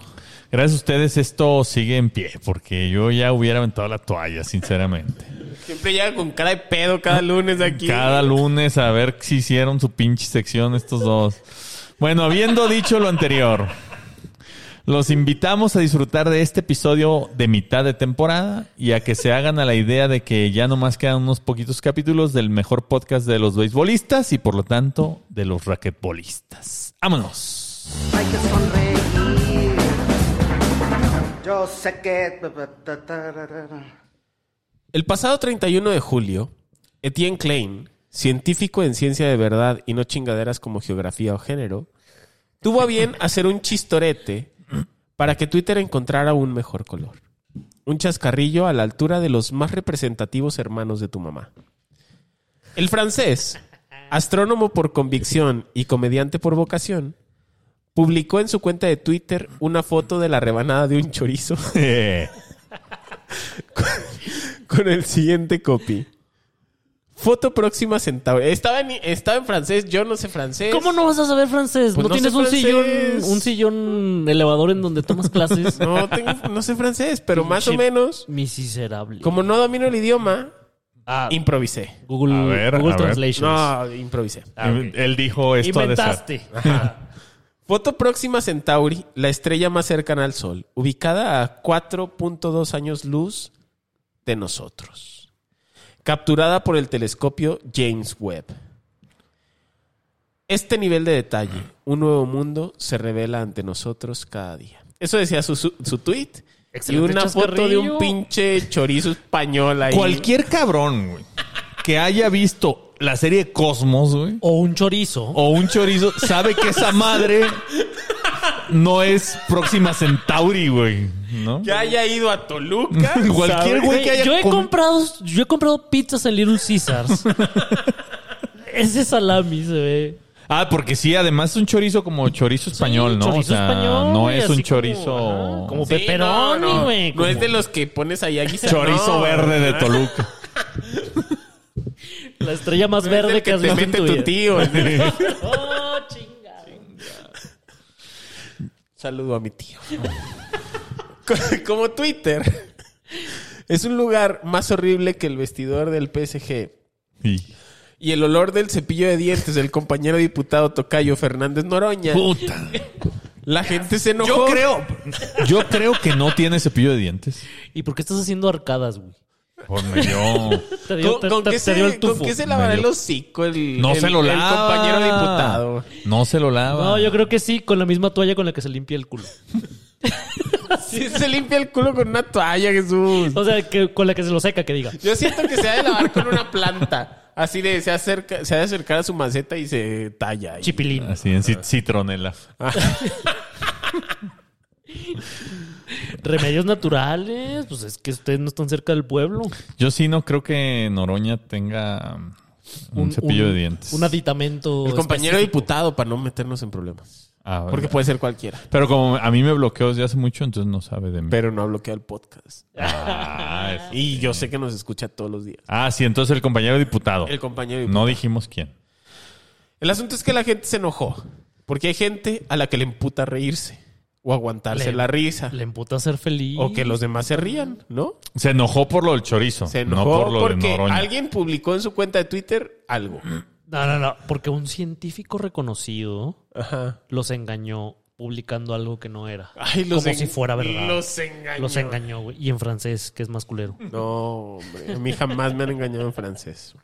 A: Gracias a ustedes esto sigue en pie, porque yo ya hubiera aventado la toalla, sinceramente.
D: Siempre llega con cara de pedo cada lunes aquí.
A: Cada lunes a ver si hicieron su pinche sección estos dos. Bueno, habiendo dicho lo anterior, los invitamos a disfrutar de este episodio de mitad de temporada y a que se hagan a la idea de que ya nomás quedan unos poquitos capítulos del mejor podcast de los beisbolistas y por lo tanto de los raquetbolistas. ¡Vámonos!
E: hay que sonreír. Yo sé que... ta, ta, ra, ra, ra.
D: El pasado 31 de julio, Etienne Klein, científico en ciencia de verdad y no chingaderas como geografía o género, tuvo a bien hacer un chistorete para que Twitter encontrara un mejor color. Un chascarrillo a la altura de los más representativos hermanos de tu mamá. El francés, astrónomo por convicción y comediante por vocación, publicó en su cuenta de Twitter una foto de la rebanada de un chorizo con el siguiente copy. Foto próxima centauro. Estaba en, estaba en francés, yo no sé francés.
C: ¿Cómo no vas a saber francés?
D: Pues
C: ¿No,
D: no sé
C: tienes un sillón,
D: francés.
C: un sillón elevador en donde tomas clases?
D: No, tengo- no sé francés, pero más o
C: Pinche
D: menos,
C: Miserable.
D: como no domino el idioma,
C: Ah,
D: improvisé.
C: Google,
A: A ver,
C: Google
A: a ver.
C: Translations.
D: No, improvisé.
C: Ah, ok.
A: Él dijo esto ha de ser.
C: Inventaste.
D: Foto próxima Centauri, la estrella más cercana al Sol, ubicada a 4.2 años luz de nosotros. Capturada por el telescopio James Webb. Este nivel de detalle, un nuevo mundo, se revela ante nosotros cada día. Eso decía su, su, su tweet.
C: Excelente
D: y una foto de
C: chascarrillo.
D: un pinche chorizo español ahí.
A: Cualquier cabrón, güey, que haya visto la serie Cosmos, güey,
C: O un chorizo.
A: o un chorizo, sabe que esa madre no es próxima Centauri, güey, ¿no?
D: que haya ido a Toluca.
A: Cualquier güey que haya
C: yo he
A: com-
C: comprado yo he comprado pizzas en Little Caesars. Ese salami se ve.
A: Ah, porque sí, además es un chorizo como chorizo español, ¿no?
C: chorizo
A: o sea,
C: español,
A: no
C: güey,
A: es
C: así
A: un
C: como,
A: chorizo
C: ajá, como
D: Sí, no,
C: pepperoni,
D: no.
C: güey,
D: No,
C: como-
D: es de los que pones ahí a guisar.
A: chorizo
D: No.
A: verde de Toluca.
C: La estrella más
D: No es
C: verde
D: el
C: que has
D: te
C: visto en
D: mete
C: tu
D: tu
C: vida.
D: tío. es el-
C: Oh, chingada.
D: Saludo a mi tío. Co- Como Twitter. Es un lugar más horrible que el vestidor del PSG.
A: Sí.
D: Y el olor del cepillo de dientes del compañero diputado Tocayo Fernández Noroña.
A: Puta.
D: La gente se enojó.
A: Yo creo, yo creo que no tiene cepillo de dientes.
C: ¿Y por qué estás haciendo arcadas, güey?
A: Por yo.
C: Te dio,
D: ¿Con,
C: te-
D: con
C: te-
D: qué
C: te dio
D: se,
C: el tufo.
D: con qué se lavará
A: Me
D: el
A: dio-
D: hocico el,
A: No
D: el-
A: se lo
D: el
A: lava.
D: compañero diputado?
A: No se lo lava.
C: No, yo creo que sí, con la misma toalla con la que se limpia el culo.
D: Sí, se limpia el culo con una toalla, Jesús.
C: O sea, que, con la que se lo seca, que diga.
D: Yo siento que se ha de lavar con una planta. Así de, se acerca, se ha de acercar a su maceta y se talla. ahí.
C: Chipilín.
A: Así en cit- citronela.
C: Remedios naturales. Pues es que ustedes no están cerca del pueblo.
A: Yo sí no creo que Noroña tenga um, un, cepillo de dientes.
C: Un aditamento.
D: El compañero
C: específico.
D: diputado para no meternos en problemas.
A: Ah,
D: Porque
A: ¿verdad?
D: puede ser cualquiera.
A: Pero como a mí me bloqueó desde hace mucho, entonces no sabe de mí.
D: Pero no ha bloqueado el podcast.
A: Ah, es-
D: Y yo sé que nos escucha todos los días.
A: Ah, sí, entonces el compañero diputado.
D: El compañero diputado.
A: No dijimos quién.
D: El asunto es que la gente se enojó. Porque hay gente a la que le emputa reírse. O aguantarse
C: Le-
D: la risa.
C: Le emputa a ser feliz.
D: O que los demás se rían, ¿no?
A: Se enojó por lo del chorizo.
D: Se
A: no
D: enojó
A: por lo de
D: porque
A: Noroña.
D: alguien publicó en su cuenta de Twitter algo.
C: No, no, no. Porque un científico reconocido
D: Ajá.
C: los engañó publicando algo que no era.
D: Ay, los
C: Como
D: en-
C: si fuera verdad.
D: Los engañó. Mm.
C: Los engañó, güey. Y en francés, que es más culero.
D: No, hombre, a mí jamás me han engañado en francés.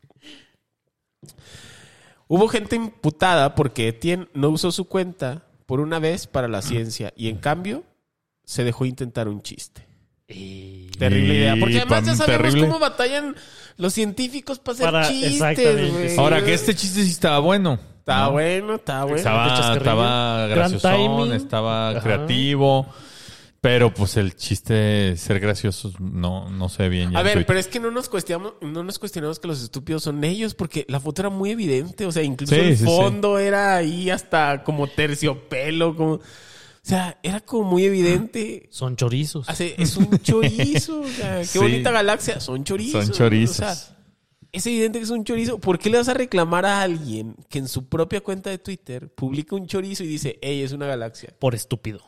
D: Hubo gente imputada porque Etienne no usó su cuenta por una vez para la ciencia y en cambio se dejó intentar un chiste.
C: Y-
D: Terrible
A: Y
D: idea. Porque además ya
A: tan
D: sabemos
A: terrible.
D: cómo batallan los científicos para hacer
C: Para-
D: chistes.
C: exactamente,
D: güey.
C: sí.
A: Ahora, que este chiste sí estaba bueno.
D: Está
A: ¿no?
D: bueno, está bueno.
A: Estaba,
C: chascarrillo.
A: estaba
C: Gran
A: graciosón,
C: timing.
A: estaba
C: Ajá.
A: creativo. Pero pues el chiste de ser gracioso no, no sé bien. ya
D: A
A: en
D: ver,
A: Twitter.
D: pero es que no nos cuestionamos, no nos cuestionamos que los estúpidos son ellos, porque la foto era muy evidente, o sea, incluso
A: Sí,
D: el
A: sí, sí.
D: fondo era ahí hasta como terciopelo, como, o sea, era como muy evidente.
C: Son chorizos.
D: Hace- es un chorizo, o sea, qué
A: Sí.
D: bonita galaxia, son chorizos.
A: Son chorizos.
D: O sea, es evidente que es un chorizo. ¿Por qué le vas a reclamar a alguien que en su propia cuenta de Twitter publica un chorizo y dice, hey, es una galaxia?
C: Por estúpido.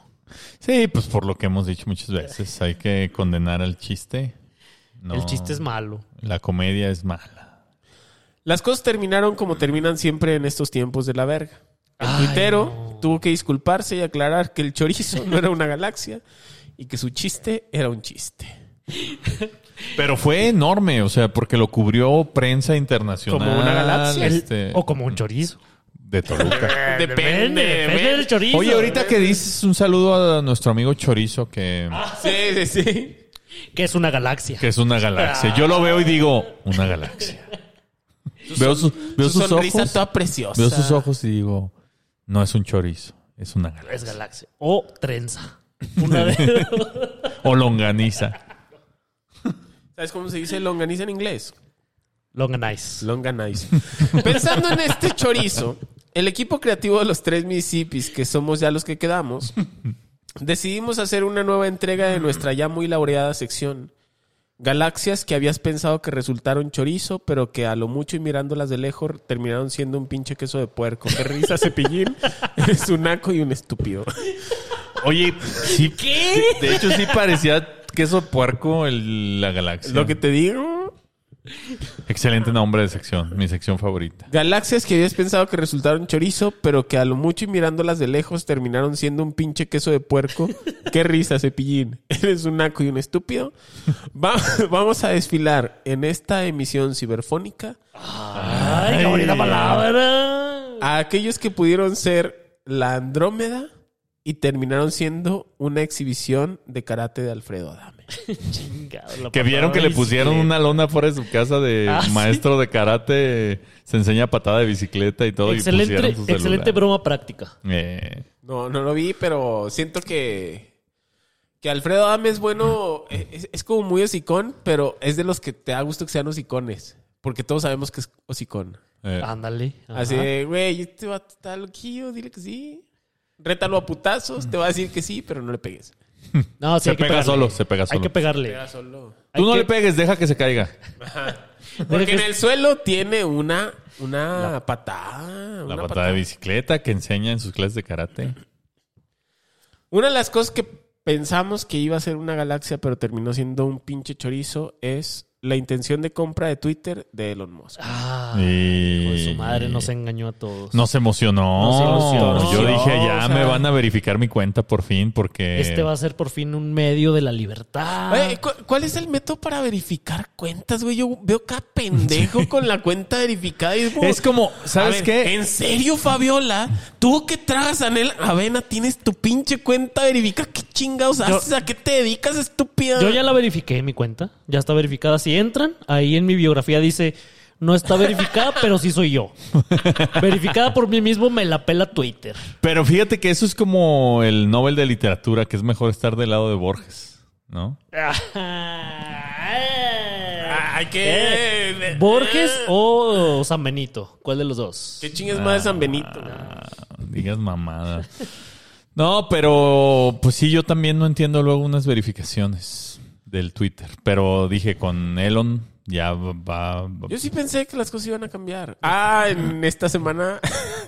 A: Sí, pues por lo que hemos dicho muchas veces, hay que condenar al chiste. No,
C: El chiste es malo.
A: La comedia es mala.
D: Las cosas terminaron como terminan siempre en estos tiempos de la verga. El
C: Ay,
D: tuitero
C: no.
D: tuvo que disculparse y aclarar que el chorizo no era una galaxia y que su chiste era un chiste.
A: Pero fue enorme, o sea, porque lo cubrió prensa internacional.
D: Como una galaxia.
C: El-
A: este,
C: O como un chorizo.
A: de Toluca.
D: Depende,
C: Eh, Depende del chorizo.
A: Oye, ahorita que dices un saludo a nuestro amigo Chorizo, que,
D: Sí, sí, sí.
C: Que es una galaxia.
A: que es una galaxia. Yo lo veo y digo, una galaxia. veo su- veo
D: su
A: sus
D: sonrisa
A: ojos.
D: toda preciosa.
A: Veo sus ojos y digo, no es un chorizo, es una galaxia.
C: Es galaxia. O trenza. Una de
A: O longaniza.
D: ¿Sabes cómo se dice longaniza en inglés?
C: Longanize.
D: Longanize. Pensando en este chorizo, el equipo creativo de los tres Mississippis, que somos ya los que quedamos, decidimos hacer una nueva entrega de nuestra ya muy laureada sección. Galaxias que habías pensado que resultaron chorizo, pero que a lo mucho y mirándolas de lejos terminaron siendo un pinche queso de puerco. Qué risa, cepillín. Es un naco y un estúpido.
A: Oye, sí. ¿Qué? De hecho, sí parecía queso puerco el- la galaxia.
D: Lo que te digo.
A: Excelente nombre de sección, mi sección favorita.
D: Galaxias que habías pensado que resultaron chorizo, pero que a lo mucho y mirándolas de lejos terminaron siendo un pinche queso de puerco. Qué risa, cepillín. Eres un naco y un estúpido. Va- vamos a desfilar en esta emisión ciberfónica
C: Ay, qué bonita palabra.
D: a aquellos que pudieron ser la Andrómeda y terminaron siendo una exhibición de karate de Alfredo Adame.
C: Chingado, la
A: Que vieron
C: palabra
A: que le
C: es
A: pusieron
C: que-
A: una lona fuera de su casa de
C: Ah, ¿sí?
A: maestro de karate, se enseña patada de bicicleta y todo. y
C: Excelente,
A: pusieron su
C: excelente
A: celular.
C: broma práctica.
A: Eh,
D: No, no lo vi, pero siento que. Que Alfredo Adame es bueno. e-, Es, es como muy hocicón, pero es de los que te da gusto que sean hocicones. Porque todos sabemos que es hocicón.
A: eh.
C: Ándale. ajá.
D: Así de, güey, este va a estar loquillo, dile que sí. Rétalo a putazos, te va a decir que sí, pero no le pegues.
C: No, sí,
A: Se
C: hay que
A: pega
C: pegarle.
A: solo, se pega
C: Hay
A: solo.
C: que pegarle.
D: Pega solo.
A: Tú
C: Hay
A: no
C: que-
A: le pegues, deja que se caiga.
D: Porque en
C: Deja que-
D: el suelo tiene una, una patada.
A: La
D: una
A: patada de bicicleta que enseña en sus clases de karate.
D: Una de las cosas que pensamos que iba a ser una galaxia, pero terminó siendo un pinche chorizo, es la intención de compra de Twitter de Elon Musk.
C: Ah,
A: Y-
C: hijo de su madre nos engañó a todos.
A: Nos emocionó.
C: Nos ilusionó.
A: Yo dije, ya
D: O sea-
A: me van a verificar mi cuenta por fin porque...
C: Este va a ser por fin un medio de la libertad.
D: Oye, ¿cu- ¿Cuál es el método para verificar cuentas, güey? Yo veo cada pendejo con la cuenta verificada y es como...
A: Es como, ¿sabes
D: A ver,
A: qué?
D: ¿En serio, Fabiola? ¿Tú que tragas anel avena tienes tu pinche cuenta verificada? ¿Qué chingados haces? ¿A qué te dedicas, estúpida?
C: Yo ya la verifiqué mi cuenta. Ya está verificada. Si entran, ahí en mi biografía dice. No está verificada, pero sí soy yo. Verificada por mí mismo me la pela Twitter.
A: Pero fíjate que eso es como el Nobel de Literatura, que es mejor estar del lado de Borges, ¿no?
D: Ah, Hay
C: Eh,
D: que... Eh,
C: ¿Borges o San Benito? ¿Cuál de los dos?
D: ¿Qué chingas más de San Benito?
C: Ah.
A: Digas mamada. No, pero pues sí, yo también no entiendo luego unas verificaciones del Twitter. Pero dije, con Elon ya va... va-
D: Yo sí pensé que las cosas iban a cambiar. Ah, en esta semana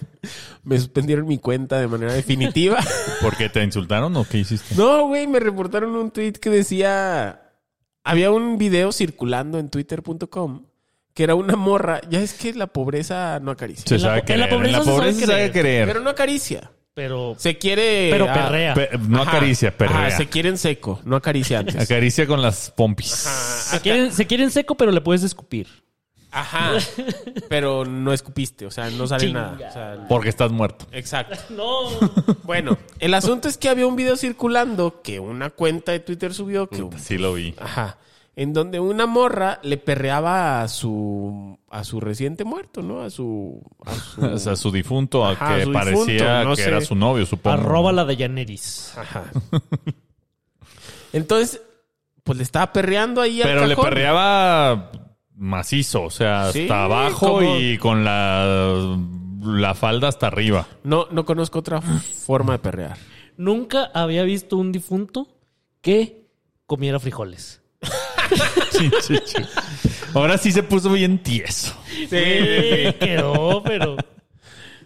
D: me suspendieron mi cuenta de manera definitiva.
A: ¿Porque te insultaron o qué hiciste?
D: No, güey, me reportaron un tweet que decía... Había un video circulando en twitter.com que era una morra. Ya es que la pobreza no acaricia.
A: Se
C: En la
A: sabe
C: po-
A: querer.
C: en la
A: En la
C: pobreza se sabe
A: pobreza se sabe querer.
D: Pero no acaricia.
C: Pero,
D: Se quiere...
C: pero
D: ah,
C: perrea.
A: Pe- no
D: ajá,
A: acaricia, perrea.
D: ajá, se quiere en seco, no acaricia antes.
A: Acaricia con las pompis.
C: se, quieren, se quieren seco, pero le puedes escupir.
D: Ajá. Pero no escupiste, o sea, no sale
C: Chinga.
D: nada. o sea,
A: Porque estás muerto.
D: exacto.
C: No.
D: Bueno, el asunto es que había un video circulando que una cuenta de Twitter subió que
A: Sí lo vi.
D: ajá, en donde una morra le perreaba a su a su reciente muerto, ¿no? A su a su,
A: O sea, su difunto, a
D: Ajá,
A: que
D: su
A: parecía
D: difunto, no
A: que
D: sé.
A: era su novio, supongo.
C: Arroba la de Yaneris.
D: ajá. Entonces, pues le estaba perreando ahí al
A: Pero le
D: cajón.
A: perreaba macizo, o sea,
D: Sí,
A: hasta abajo
D: como-
A: y con la, la falda hasta arriba.
D: No no conozco otra forma de perrear.
C: Nunca había visto un difunto que comiera frijoles.
A: Sí, sí, sí. Ahora sí se puso bien tieso.
C: Eh, Quedó, pero.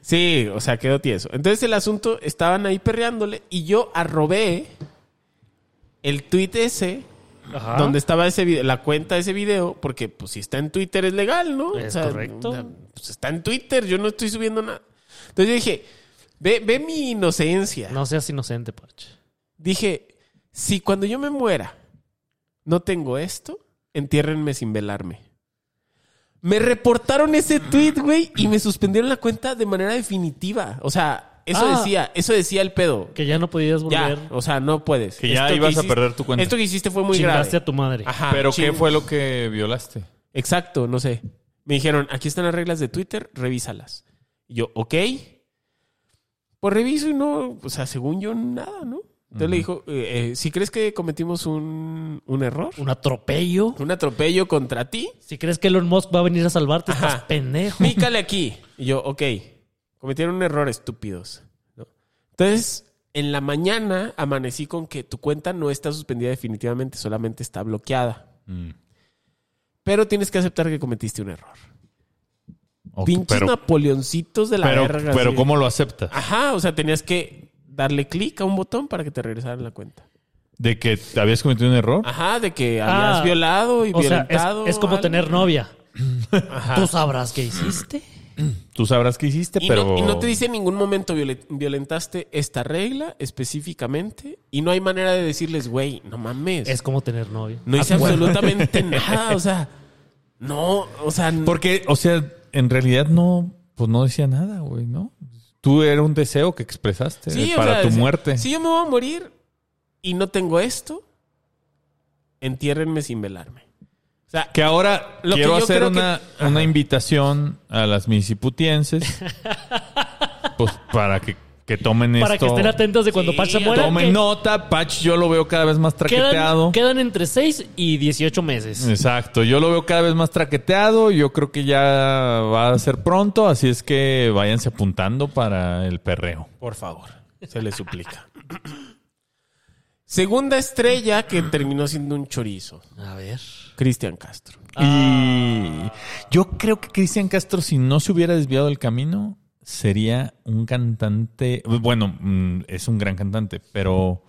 D: Sí, o sea, quedó tieso. Entonces el asunto, estaban ahí perreándole y yo arrobé el tweet ese,
C: Ajá.
D: donde estaba ese video, la cuenta de ese video, porque pues si está en Twitter es legal, ¿no?
C: Es correcto.
D: pues, está en Twitter, yo no estoy subiendo nada. Entonces yo dije, ve, ve mi inocencia.
C: No seas inocente, Parche.
D: Dije, si cuando yo me muera no tengo esto, entiérrenme sin velarme. Me reportaron ese tweet, güey, y me suspendieron la cuenta de manera definitiva. O sea, eso
C: Ah.
D: decía, eso decía el pedo.
C: Que ya no podías volver.
D: Ya, o sea, no puedes.
A: Que ya ibas a perder tu cuenta.
D: Esto que hiciste fue muy
C: Chingaste
D: grave.
C: a tu madre.
D: Ajá,
A: Pero ¿qué
D: ching-
A: fue lo que violaste?
D: Exacto, no sé. Me dijeron, aquí están las reglas de Twitter, revísalas. Y yo, ok. Pues reviso y no, o sea, según yo, nada, ¿no? Entonces le dijo, eh, eh, si crees que cometimos un, un error,
C: Un atropello.
D: un atropello contra ti,
C: Si crees que Elon Musk va a venir a salvarte, estás
D: Ajá.
C: pendejo.
D: pícale aquí. Y yo, ok, cometieron un error estúpidos. ¿no? Entonces, en la mañana amanecí con que tu cuenta no está suspendida definitivamente, solamente está bloqueada.
A: Mm.
D: Pero tienes que aceptar que cometiste un error.
A: Ok,
D: Pinches
A: pero,
D: napoleoncitos de Ah. la
A: pero,
D: verga.
A: pero
D: así.
A: ¿cómo lo aceptas?
D: Ajá, o sea, tenías que darle clic a un botón para que te regresaran la cuenta.
A: ¿De que habías cometido un error?
D: Ajá, de que
C: Ah,
D: habías violado y
C: O sea, es,
D: violentado.
C: es como
D: algo.
C: tener novia.
D: Ajá.
C: Tú sabrás qué hiciste.
A: Tú sabrás qué hiciste,
D: Y,
A: pero...
D: no, y no te dice en ningún momento "Viole- violentaste esta regla específicamente y no hay manera de decirles, güey, no mames.
C: Es como tener novia.
D: no hice
C: Ah, bueno.
D: absolutamente nada, o sea, no, o sea, n-
A: Porque, o sea, en realidad no, pues no decía nada, güey, ¿no? Tú era un deseo que expresaste
D: sí, o
A: para
D: sea,
A: tu
D: si-
A: muerte.
D: Si yo me voy a morir y no tengo esto, entiérrenme sin velarme. O sea,
A: Que ahora
D: Lo que
A: quiero
D: yo
A: hacer
D: creo que-
A: una, una invitación a las municiputienses pues para que, que tomen
C: Para que
A: esto.
C: estén atentos de cuando
D: Sí,
C: Pach se muera.
A: tomen
C: que
A: nota, Patch, yo lo veo cada vez más traqueteado.
C: quedan, quedan entre 6 y 18 meses.
A: Exacto, yo lo veo cada vez más traqueteado, yo creo que ya va a ser pronto, así es que váyanse apuntando para el perreo.
D: Por favor, se le suplica. Segunda estrella que terminó siendo un chorizo,
C: A ver.
D: Cristian Castro.
A: Y yo creo que Cristian Castro, si no se hubiera desviado del camino, sería un cantante. Bueno, mm, es un gran cantante, pero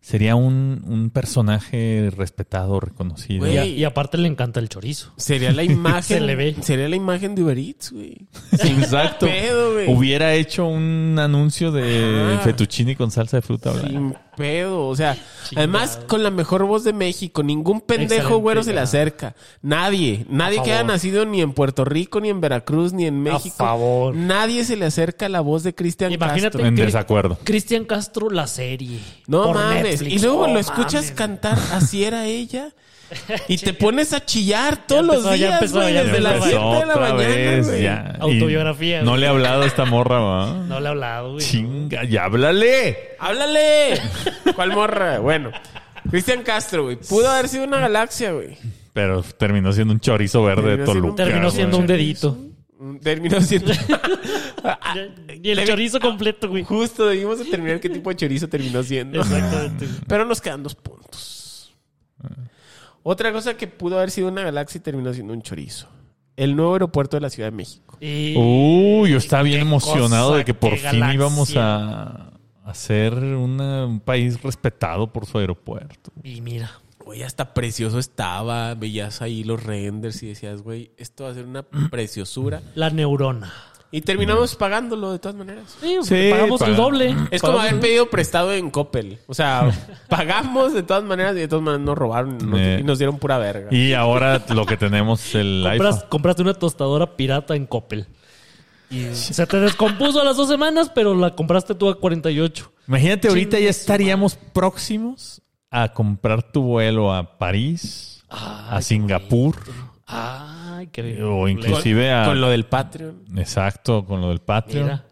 A: sería un, un personaje respetado, reconocido.
C: Y, a-
D: Güey.
C: y aparte le encanta el chorizo.
D: Sería la imagen.
C: Se le ve.
D: Sería la imagen de Uber Eats, güey.
A: Exacto.
D: pedo, güey. Ah.
A: hubiera hecho un anuncio de
D: Ajá.
A: fettuccine con salsa de fruta blanca.
D: Sin pedo. O sea, además con la mejor voz de México. Ningún pendejo
C: Excelente,
D: güero se le
C: ya.
D: acerca. Nadie. Nadie
C: A
D: que haya
C: favor.
D: nacido ni en Puerto Rico, ni en Veracruz, ni en México.
C: favor.
D: Nadie se le acerca a la voz de Cristian
C: Imagínate
D: Castro.
A: En
C: que-
A: desacuerdo.
C: Cristian Castro, la serie.
D: No
C: Por
D: mames.
C: Netflix.
D: Y luego
C: Oh,
D: lo escuchas
C: mames.
D: cantar, así era ella. Y te pones a chillar todos
C: empezó,
D: los
C: ya
D: días,
C: empezó,
D: güey,
C: ya
D: desde las
A: Empezó
D: 7 de la
A: otra
D: mañana,
A: vez,
D: güey.
A: ya. Y
C: Autobiografía,
A: No
C: güey.
A: le ha hablado a esta morra, ¿va?
C: No le he hablado, güey.
A: Chinga, ya háblale.
D: ¡Háblale! ¿Cuál morra? Bueno, Cristian Castro, güey. Pudo haber sido una galaxia, güey.
A: Pero terminó siendo un chorizo verde de
D: Terminó siendo un-
A: Toluca.
C: Terminó
A: güey.
C: siendo un dedito.
D: Terminó siendo.
C: Ah, Y el chorizo completo, güey.
D: Justo debimos de terminar qué tipo de chorizo terminó siendo.
C: Exactamente.
D: Pero nos quedan dos puntos. Otra cosa que pudo haber sido una galaxia y terminó siendo un chorizo. El nuevo aeropuerto de la Ciudad de México.
C: Y
A: Uy, yo estaba bien
C: Qué
A: emocionado
C: cosa,
A: de que por
C: qué
A: fin
C: galaxia.
A: íbamos a hacer un país respetado por su aeropuerto.
C: Y mira,
D: Güey, hasta precioso estaba. Veías ahí los renders y decías, güey, esto va a ser una preciosura.
C: la neurona.
D: Y
A: Mm.
D: terminamos pagándolo de todas maneras.
C: Sí,
A: Sí,
C: pagamos
A: paga-
C: el doble.
D: Es como
C: Pagamos-
D: haber pedido prestado en Coppel. O sea, pagamos de todas maneras y de todas maneras nos robaron y nos-
A: Eh.
D: y nos dieron pura verga.
A: Y ahora lo que tenemos es el
C: Compras-
A: iPhone.
C: compraste una tostadora pirata en Coppel. Y se te descompuso a las dos semanas, pero la compraste tú a 48.
A: Imagínate, ahorita ya estaríamos próximos a comprar tu vuelo a París, a Singapur
C: Ay, qué
A: o inclusive a...
D: Con lo del Patreon.
A: Exacto, con lo del Patreon.
C: Mira.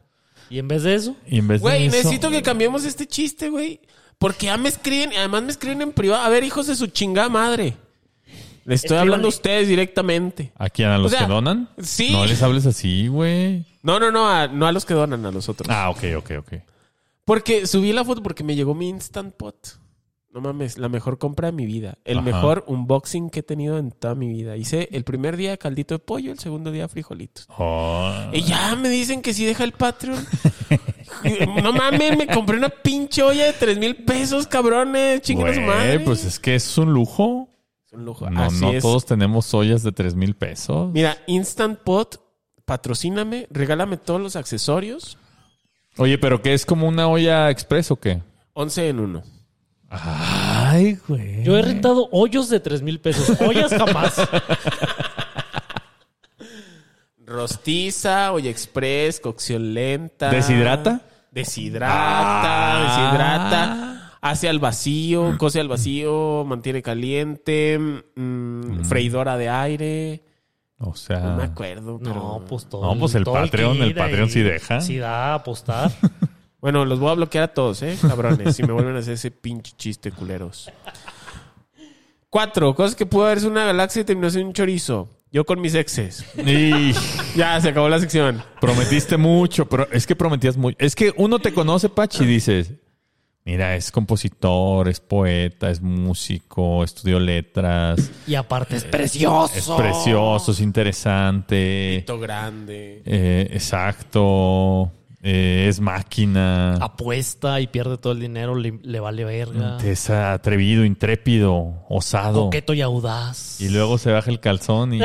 C: Y en vez de eso,
A: Y en vez de
D: Güey,
A: eso-
D: necesito que cambiemos este chiste, güey. Porque ya me escriben, además me escriben en privado. A ver, hijos de su chingada madre. Les estoy
C: Escríbanle.
D: hablando a ustedes directamente.
A: ¿A quién? ¿A los
D: O sea,
A: que donan?
D: sí.
A: No les hables así, güey.
D: No, no, no, a- no a los que donan, a los otros.
A: Ah, ok, ok, ok.
D: Porque subí la foto porque me llegó mi Instant Pot. No mames, la mejor compra de mi vida. El
A: Ajá.
D: mejor unboxing que he tenido en toda mi vida. Hice el primer día caldito de pollo, el segundo día frijolitos.
A: Oh.
D: Y ya me dicen que sí deja el Patreon. no mames, me compré una pinche olla de tres mil pesos, cabrones. Chinguen a su
A: Güey,
D: madre.
A: Pues es que es un lujo.
D: Es un lujo.
A: No,
D: Así
A: no
D: es.
A: todos tenemos ollas de 3 mil pesos.
D: Mira, Instant Pot, patrocíname, regálame todos los accesorios.
A: Oye, pero que es como una olla express o qué?
D: 11 en uno.
A: Ay, güey.
C: yo he rentado hoyos de 3 mil pesos. Ollas jamás.
D: Rostiza, olla express, cocción lenta.
A: ¿Deshidrata?
D: Deshidrata,
A: Ah.
D: deshidrata. Hace al vacío, cose al vacío, mantiene caliente, mm, freidora de aire.
A: O
D: No me
A: sea,
D: acuerdo, pero...
C: No, pues todo.
A: No, pues el
C: todo
A: Patreon, el
C: kit
A: Patreon
C: ahí.
A: sí deja.
C: Sí da a apostar.
D: Bueno, los voy a bloquear a todos, ¿eh? Cabrones, si me vuelven a hacer ese pinche chiste, culeros. Cuatro, cosas que pudo haberse una galaxia y terminó siendo un chorizo. Yo con mis exes.
A: Y
D: Ya, se acabó la sección.
A: prometiste mucho, pero es que prometías mucho. Es que uno te conoce, Pachi, y dices, mira, es compositor, es poeta, es músico, estudió letras,
C: Y aparte es precioso.
A: es precioso, es interesante,
D: Pito grande.
A: eh, exacto, eh, es máquina,
C: Apuesta y pierde todo el dinero, le, le vale verga.
A: es atrevido, intrépido, osado.
C: Coqueto y audaz.
A: Y luego se baja el calzón y...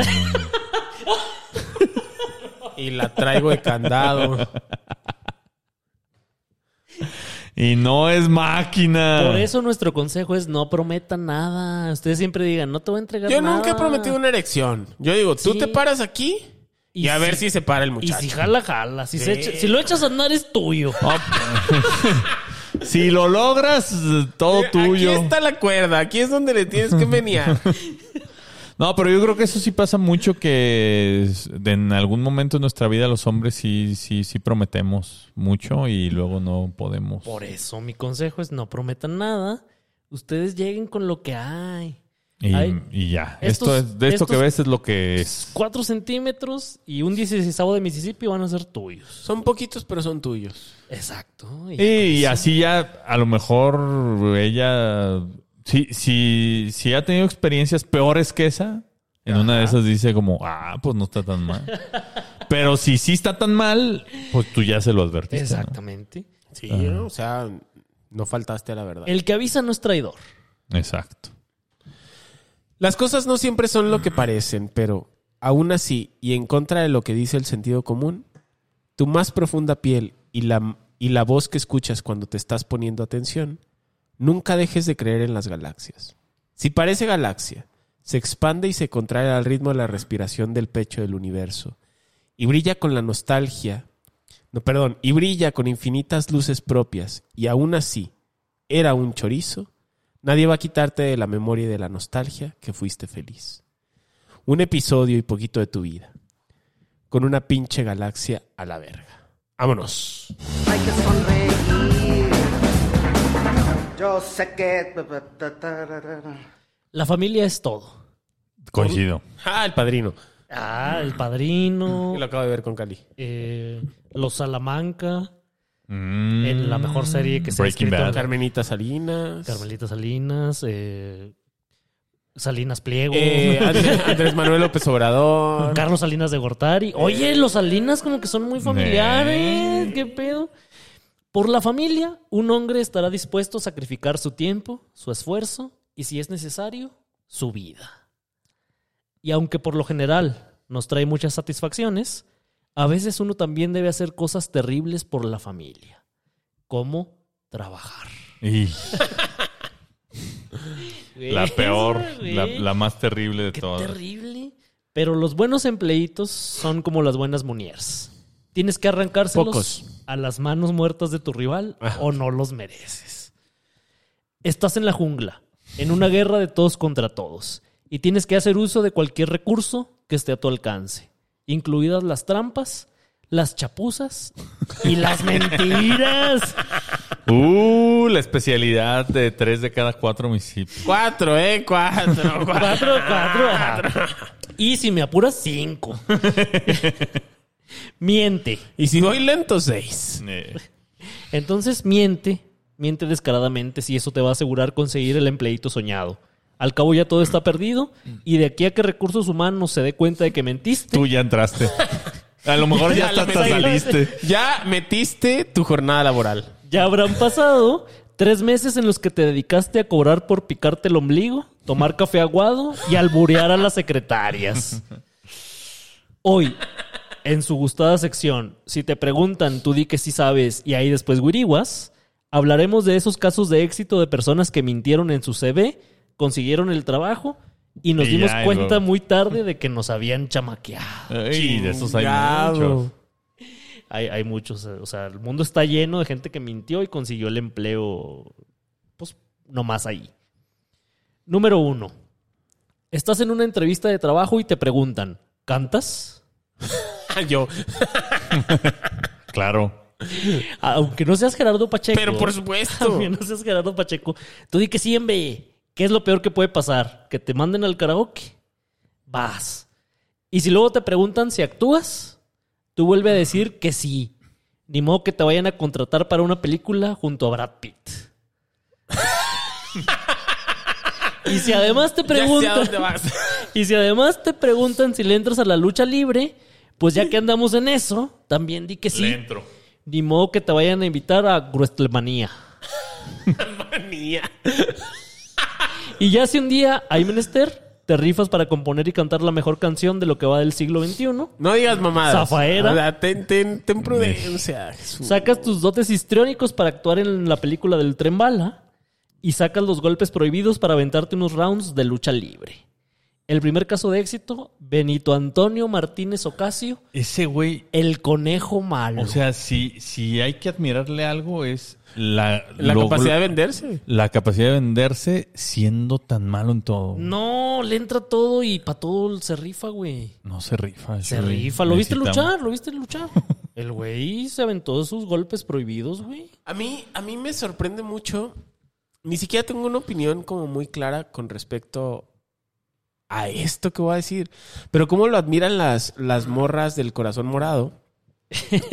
D: Y la traigo de candado.
A: Y no es máquina.
C: Por eso nuestro consejo es no prometan nada. Ustedes siempre digan, no te voy a entregar
D: Yo
C: nada.
D: nunca he prometido una erección. Yo digo, tú
C: Sí.
D: te paras aquí y,
C: Y
D: a ver
C: si-
D: si se para el
C: Y
D: muchacho.
C: si jala, jala. Si, se
D: Sí.
C: echa- si lo echas a andar es tuyo.
A: Ah, Si lo logras, eh, todo
D: Eh,
A: tuyo.
D: Aquí está la cuerda, aquí es donde le tienes que menear.
A: No, pero yo creo que eso sí pasa mucho que es- de- en algún momento de nuestra vida los hombres sí, sí, sí prometemos mucho y luego no podemos.
C: Por eso mi consejo es no prometan nada. Ustedes lleguen con lo que hay.
A: Y,
C: Ay.
A: y ya.
C: Estos-
A: esto es, de esto que
C: estos-
A: ves es lo que es.
C: Cuatro centímetros y un 16 de Mississippi van a ser tuyos.
D: Son poquitos, pero son tuyos.
C: Exacto. Y-
A: Y así ya, a lo mejor ella, si, si, si ha tenido experiencias peores que esa, en una de esas dice como, ah, pues no está tan mal. Pero si sí está tan mal, pues tú ya se lo advertiste. ¿no?
C: Exactamente.
D: Sí, o sea, no faltaste a la verdad.
C: El que avisa no es traidor.
A: Exacto.
D: Las cosas no siempre son lo que parecen, pero aún así, y en contra de lo que dice el sentido común, tu más profunda piel y la, y la voz que escuchas cuando te estás poniendo atención, nunca dejes de creer en las galaxias. Si parece galaxia, se expande y se contrae al ritmo de la respiración del pecho del universo, y brilla con la nostalgia, no, perdón, y brilla con infinitas luces propias, y aún así, era un chorizo, Nadie va a quitarte de la memoria y de la nostalgia que fuiste feliz. Un episodio y poquito de tu vida. Con una pinche galaxia a la verga. Vámonos.
E: Hay que sonreír. Yo sé que.
C: La familia es todo.
A: Coincido.
D: Ah, el padrino.
C: Ah, el padrino,
D: Que Lo acabo de ver con Cali.
C: eh, los Salamanca,
A: Mm.
C: en la mejor serie que se ha
A: Breaking
C: escrito.
A: Bad.
D: Carmenita Salinas.
C: Carmelita Salinas, eh, Salinas Pliego,
D: Eh, Andrés, Andrés Manuel López Obrador.
C: Carlos Salinas de Gortari.
A: Eh.
C: Oye, los Salinas como que son muy familiares. ¿Qué pedo? Por la familia, un hombre estará dispuesto a sacrificar su tiempo, su esfuerzo y, si es necesario, su vida. Y aunque por lo general nos trae muchas satisfacciones, a veces uno también debe hacer cosas terribles por la familia, como trabajar.
A: Y la peor, la, la más terrible de
C: Qué
A: todas.
C: terrible. Pero los buenos empleitos son como las buenas muniers. Tienes que arrancárselos
D: Pocos.
C: a las manos muertas de tu rival
D: Ah.
C: o no los mereces. Estás en la jungla, en una guerra de todos contra todos, y tienes que hacer uso de cualquier recurso que esté a tu alcance, incluidas las trampas, las chapuzas y las mentiras.
A: Uh, la especialidad de tres de cada cuatro municipios.
D: Cuatro, eh, cuatro. cuatro.
C: Cuatro, cuatro. ajá. Y si me apuras, cinco. Miente.
D: Y si voy lento, seis.
A: Eh,
C: Entonces miente, miente descaradamente si eso te va a asegurar conseguir el empleito soñado. Al cabo ya todo está perdido y de aquí a que recursos humanos se dé cuenta de que mentiste,
A: Tú ya entraste. A lo mejor ya
D: A lo
A: hasta, hasta
D: mejor-
A: saliste.
D: Ya metiste tu jornada laboral.
C: ya habrán pasado tres meses en los que te dedicaste a cobrar por picarte el ombligo, tomar café aguado y alburear a las secretarias. Hoy, en su gustada sección, si te preguntan, tú di que sí sabes y ahí después guiriguas, hablaremos de esos casos de éxito de personas que mintieron en su CV, consiguieron el trabajo y nos
A: Y
C: dimos
A: ya, y
C: cuenta
A: luego-
C: muy tarde de que nos habían chamaqueado.
A: Ay, de esos hay
D: Chingado.
A: muchos.
C: Hay, hay muchos, eh, o sea, el mundo está lleno de gente que mintió y consiguió el empleo, pues, nomás ahí. Número uno. Estás en una entrevista de trabajo y te
D: Ah,
C: preguntan, ¿cantas?
D: Yo.
A: Claro.
C: Aunque no seas Gerardo Pacheco.
D: Pero por supuesto.
C: Aunque no seas Gerardo Pacheco. Tú di que sí, hombre. ¿Qué es lo peor que puede pasar? Que te manden al karaoke. Vas. Y si luego te preguntan si actúas, tú vuelve a decir que sí. Ni modo que te vayan a contratar para una película junto a Brad Pitt. y si además te
D: Ya sé a
C: preguntan...
D: dónde vas.
C: Y si además te preguntan si le entras a la lucha libre, pues ya que andamos en eso, también di que sí.
A: Le entro.
C: Ni modo que te vayan a invitar a Gruestelmanía.
D: Manía.
C: Y ya si un día hay menester, te rifas para componer y cantar la mejor canción de lo que va del siglo XXI.
D: No digas mamadas.
C: Zafaera.
D: O sea, ten, ten, ten prudencia. Jesús.
C: Sacas tus dotes histriónicos para actuar en la película del tren bala. Y sacas los golpes prohibidos para aventarte unos rounds de lucha libre. El primer caso de éxito, Benito Antonio Martínez Ocasio,
A: Ese güey,
C: el conejo malo.
A: o sea, si, si hay que admirarle algo es la,
D: La
A: lo-
D: capacidad de venderse.
A: la capacidad de venderse siendo tan malo en todo.
C: No, le entra todo y para todo se rifa, güey.
A: No se rifa. ese
C: Se
A: güey.
C: rifa. ¿Lo viste
A: Necesitamos-
C: luchar? ¿Lo viste luchar? El güey se aventó sus golpes prohibidos, güey.
D: A mí, a mí me sorprende mucho. Ni siquiera tengo una opinión como muy clara con respecto a esto que voy a decir. Pero cómo lo admiran las, las morras del corazón morado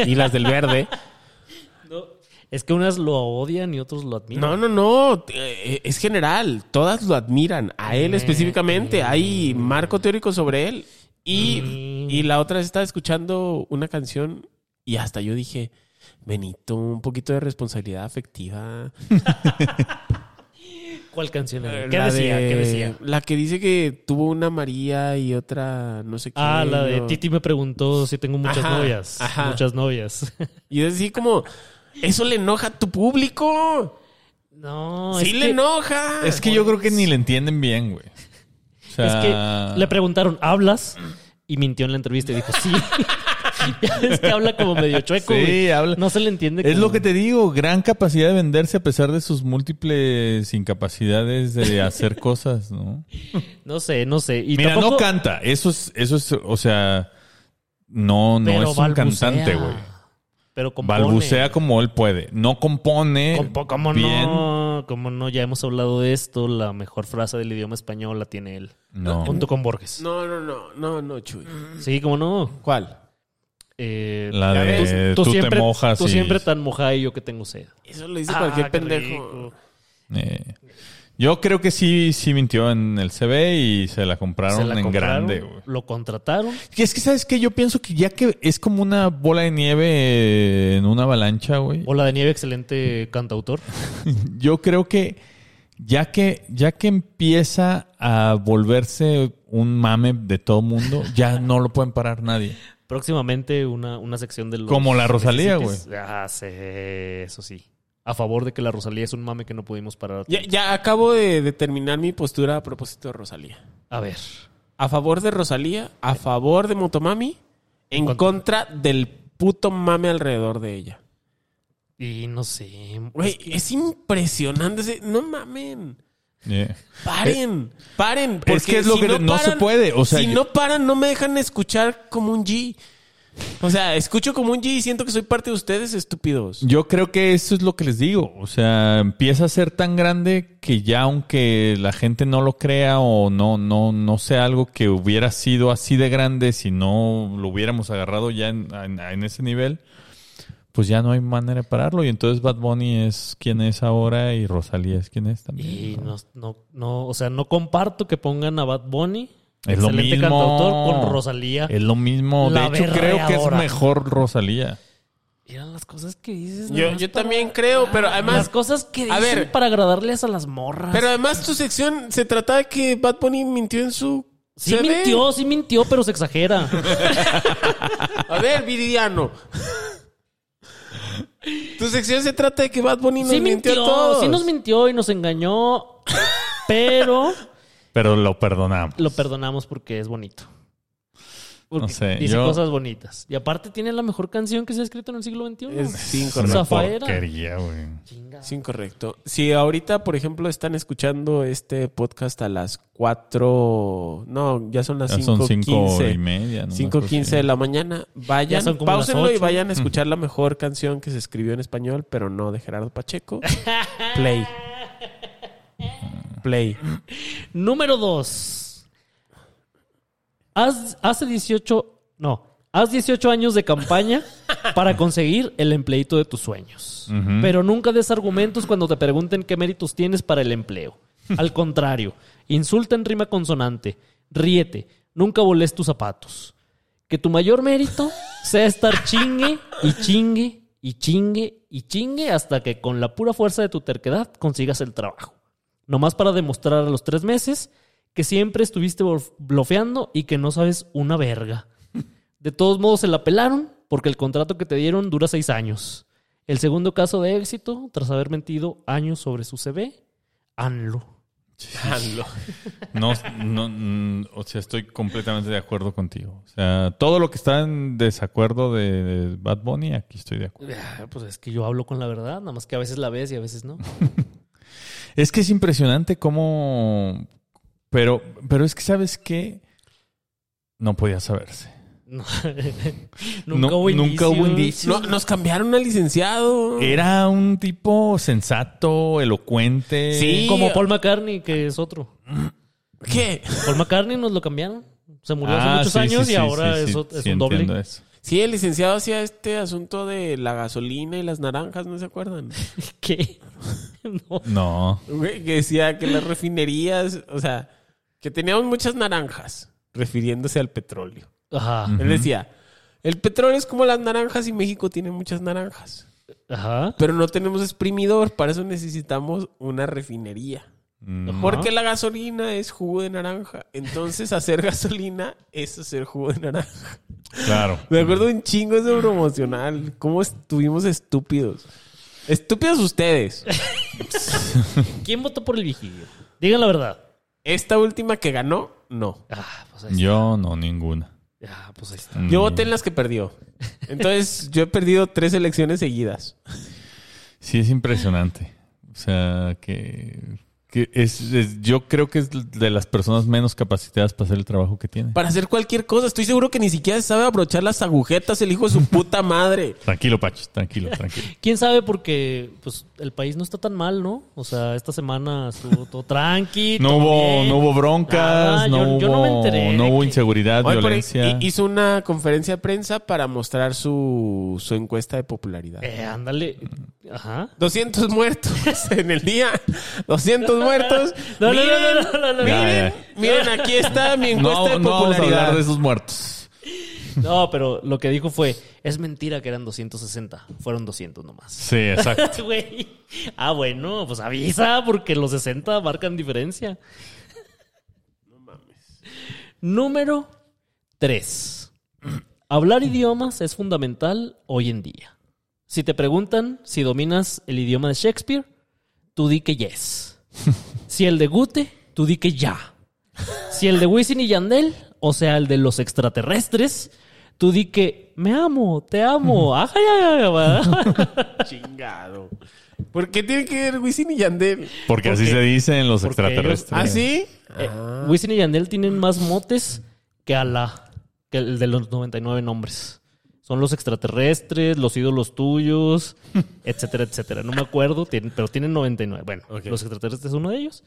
D: y las del verde.
C: Es que unas lo odian y otros lo admiran.
D: No, no, no. eh, Es general. Todas lo admiran. A él específicamente. Hay marco teórico sobre él. Y,
C: Mm.
D: y la otra vez estaba escuchando una canción y hasta yo dije, Benito, un poquito de responsabilidad afectiva.
C: ¿Cuál canción era?
D: Eh,
C: ¿Qué
D: la
C: decía?
D: de-
C: ¿Qué decía?
D: La que dice que tuvo una María y otra no sé qué.
C: Ah, la de
D: ¿no?
C: Titi me preguntó si tengo muchas
D: Ajá,
C: novias.
D: ajá.
C: Muchas novias.
D: Y es así como, eso le enoja a tu público.
C: No,
D: sí
C: es
D: le
C: que,
D: enoja.
A: Es que yo creo que ni le entienden bien, güey. O
C: Es
A: sea,
C: que le preguntaron, ¿hablas? Y mintió en la entrevista y dijo, sí. Ya es que habla como medio chueco,
A: Sí,
C: güey.
A: habla-
C: No se le entiende.
A: Es
C: como-
A: lo que te digo, gran capacidad de venderse a pesar de sus múltiples incapacidades de hacer cosas, ¿no?
C: No sé, no sé. Y
A: Mira, no
C: tampoco-
A: canta, eso es, eso es, o sea, no, no
C: Pero
A: es un
C: balbucea.
A: cantante, güey.
C: Pero compone.
A: Balbucea como él puede, no compone
C: Compo- ¿Cómo
A: bien.
C: no? ¿Cómo no? Ya hemos hablado de esto. La mejor frase del idioma español la tiene él.
A: No.
C: Junto con Borges.
D: No, no, no, no, no, Chuy.
C: Sí, ¿cómo no?
D: ¿Cuál?
C: Eh,
A: La
D: Ya
A: de
D: ves,
A: tú, te mojas
C: Tú
A: y-
C: siempre tan mojada y yo que tengo sed.
D: Eso lo dice
C: Ah,
D: cualquier
C: qué
D: pendejo.
C: rico.
A: Eh, yo creo que sí, sí mintió en el CB y se la compraron
C: Se la
A: en
C: compraron,
A: grande, güey.
C: Lo contrataron.
A: Y Es que, ¿sabes qué? Yo pienso que ya que es como una bola de nieve eh, en una avalancha, güey.
C: Bola de nieve, excelente cantautor.
A: Yo creo que ya que ya que empieza a volverse un mame de todo mundo, ya no lo pueden parar nadie.
C: Próximamente una, una sección del.
A: Como la Rosalía,
C: Ah, sí, eso sí. A favor de que la Rosalía es un mame que no pudimos parar. a
D: Ya, ya acabo de determinar mi postura a propósito de Rosalía.
C: A ver.
D: A favor de Rosalía, a favor de Motomami, en contra del puto mame alrededor de ella.
C: Y no sé.
D: Güey, es impresionante. ese- No mamen.
A: Yeah.
D: Paren, paren.
A: Eh, es que es lo que no se puede, o sea,
D: si
A: yo-
D: no paran, no me dejan escuchar como un G. O sea, escucho como un G y siento que soy parte de ustedes, estúpidos.
A: Yo creo que eso es lo que les digo. O sea, empieza a ser tan grande que ya aunque la gente no lo crea o no, no, no sea algo que hubiera sido así de grande si no lo hubiéramos agarrado ya en, en- en ese nivel, pues ya no hay manera de pararlo. Y entonces Bad Bunny es quien es ahora y Rosalía es quien es también.
C: Y
A: ¿no?
C: no, no, no, o sea, no comparto que pongan a Bad Bunny.
A: Es lo
C: excelente
A: mismo.
C: cantautor con Rosalía.
A: Es lo mismo.
C: La
A: de hecho, creo que es
C: berreadora.
A: mejor Rosalía.
C: Eran las cosas que dices.
D: Yo, yo también creo, pero
C: Las
D: además,
C: cosas que dicen
D: A ver.
C: para agradarles a las morras.
D: pero además tu sección se trataba de que Bad Bunny mintió en su.
C: sí
D: CV.
C: mintió, sí mintió, pero se exagera.
D: A ver, Viridiano. Tu sección se trata de que Bad Bunny nos
C: sí
D: mintió,
C: mintió,
D: a todos.
C: sí nos mintió y nos engañó, pero
A: Pero lo perdonamos.
C: lo perdonamos porque es bonito.
A: No
C: Porque
A: sé,
C: dice
A: yo-
C: cosas bonitas. Y aparte tiene la mejor canción que se ha escrito en el siglo XXI.
D: Es
A: una
D: incorrecto.
C: Zafo. Zafaera.
A: porquería, güey.
C: Chinga.
D: Es incorrecto. Si ahorita, por ejemplo, están escuchando este podcast a las 4... No, ya son
C: Ah,
D: las
A: Ya son cinco y
D: 5.15.
A: media. ¿no?
D: 5.15 de la mañana.
C: Ya
D: Vayan,
C: son como las
D: pausenlo y
C: ocho. Mm.
D: vayan a escuchar la mejor canción que se escribió en español, pero no de Gerardo Pacheco. Play. Play.
C: Número 2. Haz, hace 18. No. Haz 18 años de campaña para conseguir el empleito de tus sueños. Pero nunca des argumentos cuando te pregunten qué méritos tienes para el empleo. Al contrario, insulta en rima consonante. Ríete. Nunca voles tus zapatos. Que tu mayor mérito sea estar chingue y chingue y chingue y chingue hasta que con la pura fuerza de tu terquedad consigas el trabajo nomás para demostrar a los tres meses que siempre estuviste bof- blofeando y que no sabes una verga. De todos modos se la pelaron porque el contrato que te dieron dura seis años. El segundo caso de éxito, tras haber mentido años sobre su CV, ANLO.
D: Hazlo.
A: No, no, mm, o sea, estoy completamente de acuerdo contigo. O sea, todo lo que está en desacuerdo de, de Bad Bunny, aquí estoy de acuerdo.
C: Ah, Pues es que yo hablo con la verdad, nada más que a veces la ves y a veces no.
A: Es que es impresionante cómo... Pero, pero es que, ¿sabes qué? No podía saberse.
C: No. nunca
A: No,
C: hubo indicios.
A: nunca hubo indicios.
D: No, nos cambiaron a licenciado.
A: Era un tipo sensato, elocuente.
D: Sí.
C: Como Paul McCartney, que es otro.
D: ¿Qué?
C: Paul McCartney nos lo cambiaron. Se murió hace
A: Ah,
C: muchos
A: sí, sí,
C: años
A: sí,
C: y
A: sí,
C: ahora
A: sí,
C: es, ot-
A: sí,
C: es
A: sí,
C: un doble.
A: entiendo eso.
D: Sí, el licenciado hacía este asunto de la gasolina y las naranjas, ¿no se acuerdan?
A: eh.
C: ¿Qué? No.
A: No.
D: Güey, que decía que las refinerías, o sea, que teníamos muchas naranjas, refiriéndose al petróleo.
C: Ajá.
A: Mm.
D: Él decía, el petróleo es como las naranjas y México tiene muchas naranjas,
C: Ajá.
D: pero no tenemos exprimidor, para eso necesitamos una refinería.
A: Mm,
D: Porque la gasolina es jugo de naranja, entonces hacer gasolina es hacer jugo de naranja.
A: Claro.
D: Me acuerdo un chingo ese promocional. ¿Cómo estuvimos estúpidos? Estúpidos ustedes.
C: ¿Quién votó por el vigilio? Digan la verdad.
D: Esta última que ganó, no.
C: Ah, pues ahí está.
A: Yo no, ninguna.
C: Ah, pues ahí está.
A: Mm.
D: Yo voté en las que perdió. Entonces, yo he perdido tres elecciones seguidas.
A: Sí, es impresionante. O sea, que, que es, es- yo creo que es de las personas menos capacitadas para hacer el trabajo que tiene.
D: Para hacer cualquier cosa, estoy seguro que ni siquiera sabe abrochar las agujetas el hijo de su puta madre.
A: Tranquilo, Pacho, tranquilo, tranquilo.
C: ¿Quién sabe? Porque pues, el país no está tan mal, ¿no? O sea, esta semana estuvo todo tranqui.
A: No
C: todo
A: hubo,
C: bien.
A: no hubo broncas,
C: Nada,
A: no, hubo,
C: yo- yo Ah, no me enteré
A: no
C: de
A: hubo
C: que-
A: inseguridad,
D: Hoy por ahí
A: violencia.
D: hi- hizo una conferencia de prensa para mostrar su, su encuesta de popularidad.
C: Eh, ándale.
A: Mm.
C: Ajá.
D: 200 muertos en el día. 200 muertos.
C: No, no, no,
D: miren,
C: no, no, no, no.
D: miren, miren, aquí está mi encuesta
A: no,
D: de
A: no vamos a hablar
D: popularidad.
A: de esos muertos.
C: No, pero lo que dijo fue, es mentira que eran 260. Fueron 200 nomás.
A: Sí, exacto.
C: Güey. Ah, bueno, pues avisa porque los 60 marcan diferencia. No mames. Número 3. Hablar idiomas es fundamental hoy en día. Si te preguntan si dominas el idioma de Shakespeare, tú di que yes. Si el de Goethe, tú di que ya. Si el de Wisin y Yandel, o sea, el de los extraterrestres, tú di que me amo, te amo. Ajá, ya, ya, ya, ¿verdad?
D: Chingado. ¿Por qué tiene que ver Wisin y Yandel?
A: Porque así
C: Porque-
A: se dicen los
C: porque
A: extraterrestres.
D: ¿Ah, sí?
C: Eh,
A: Ah.
C: Wisin y Yandel tienen más motes que Alá, que el de los 99 nombres. Son los extraterrestres, los ídolos tuyos, etcétera, etcétera. No me acuerdo, tienen- pero tienen 99. Bueno, los extraterrestres es uno de ellos.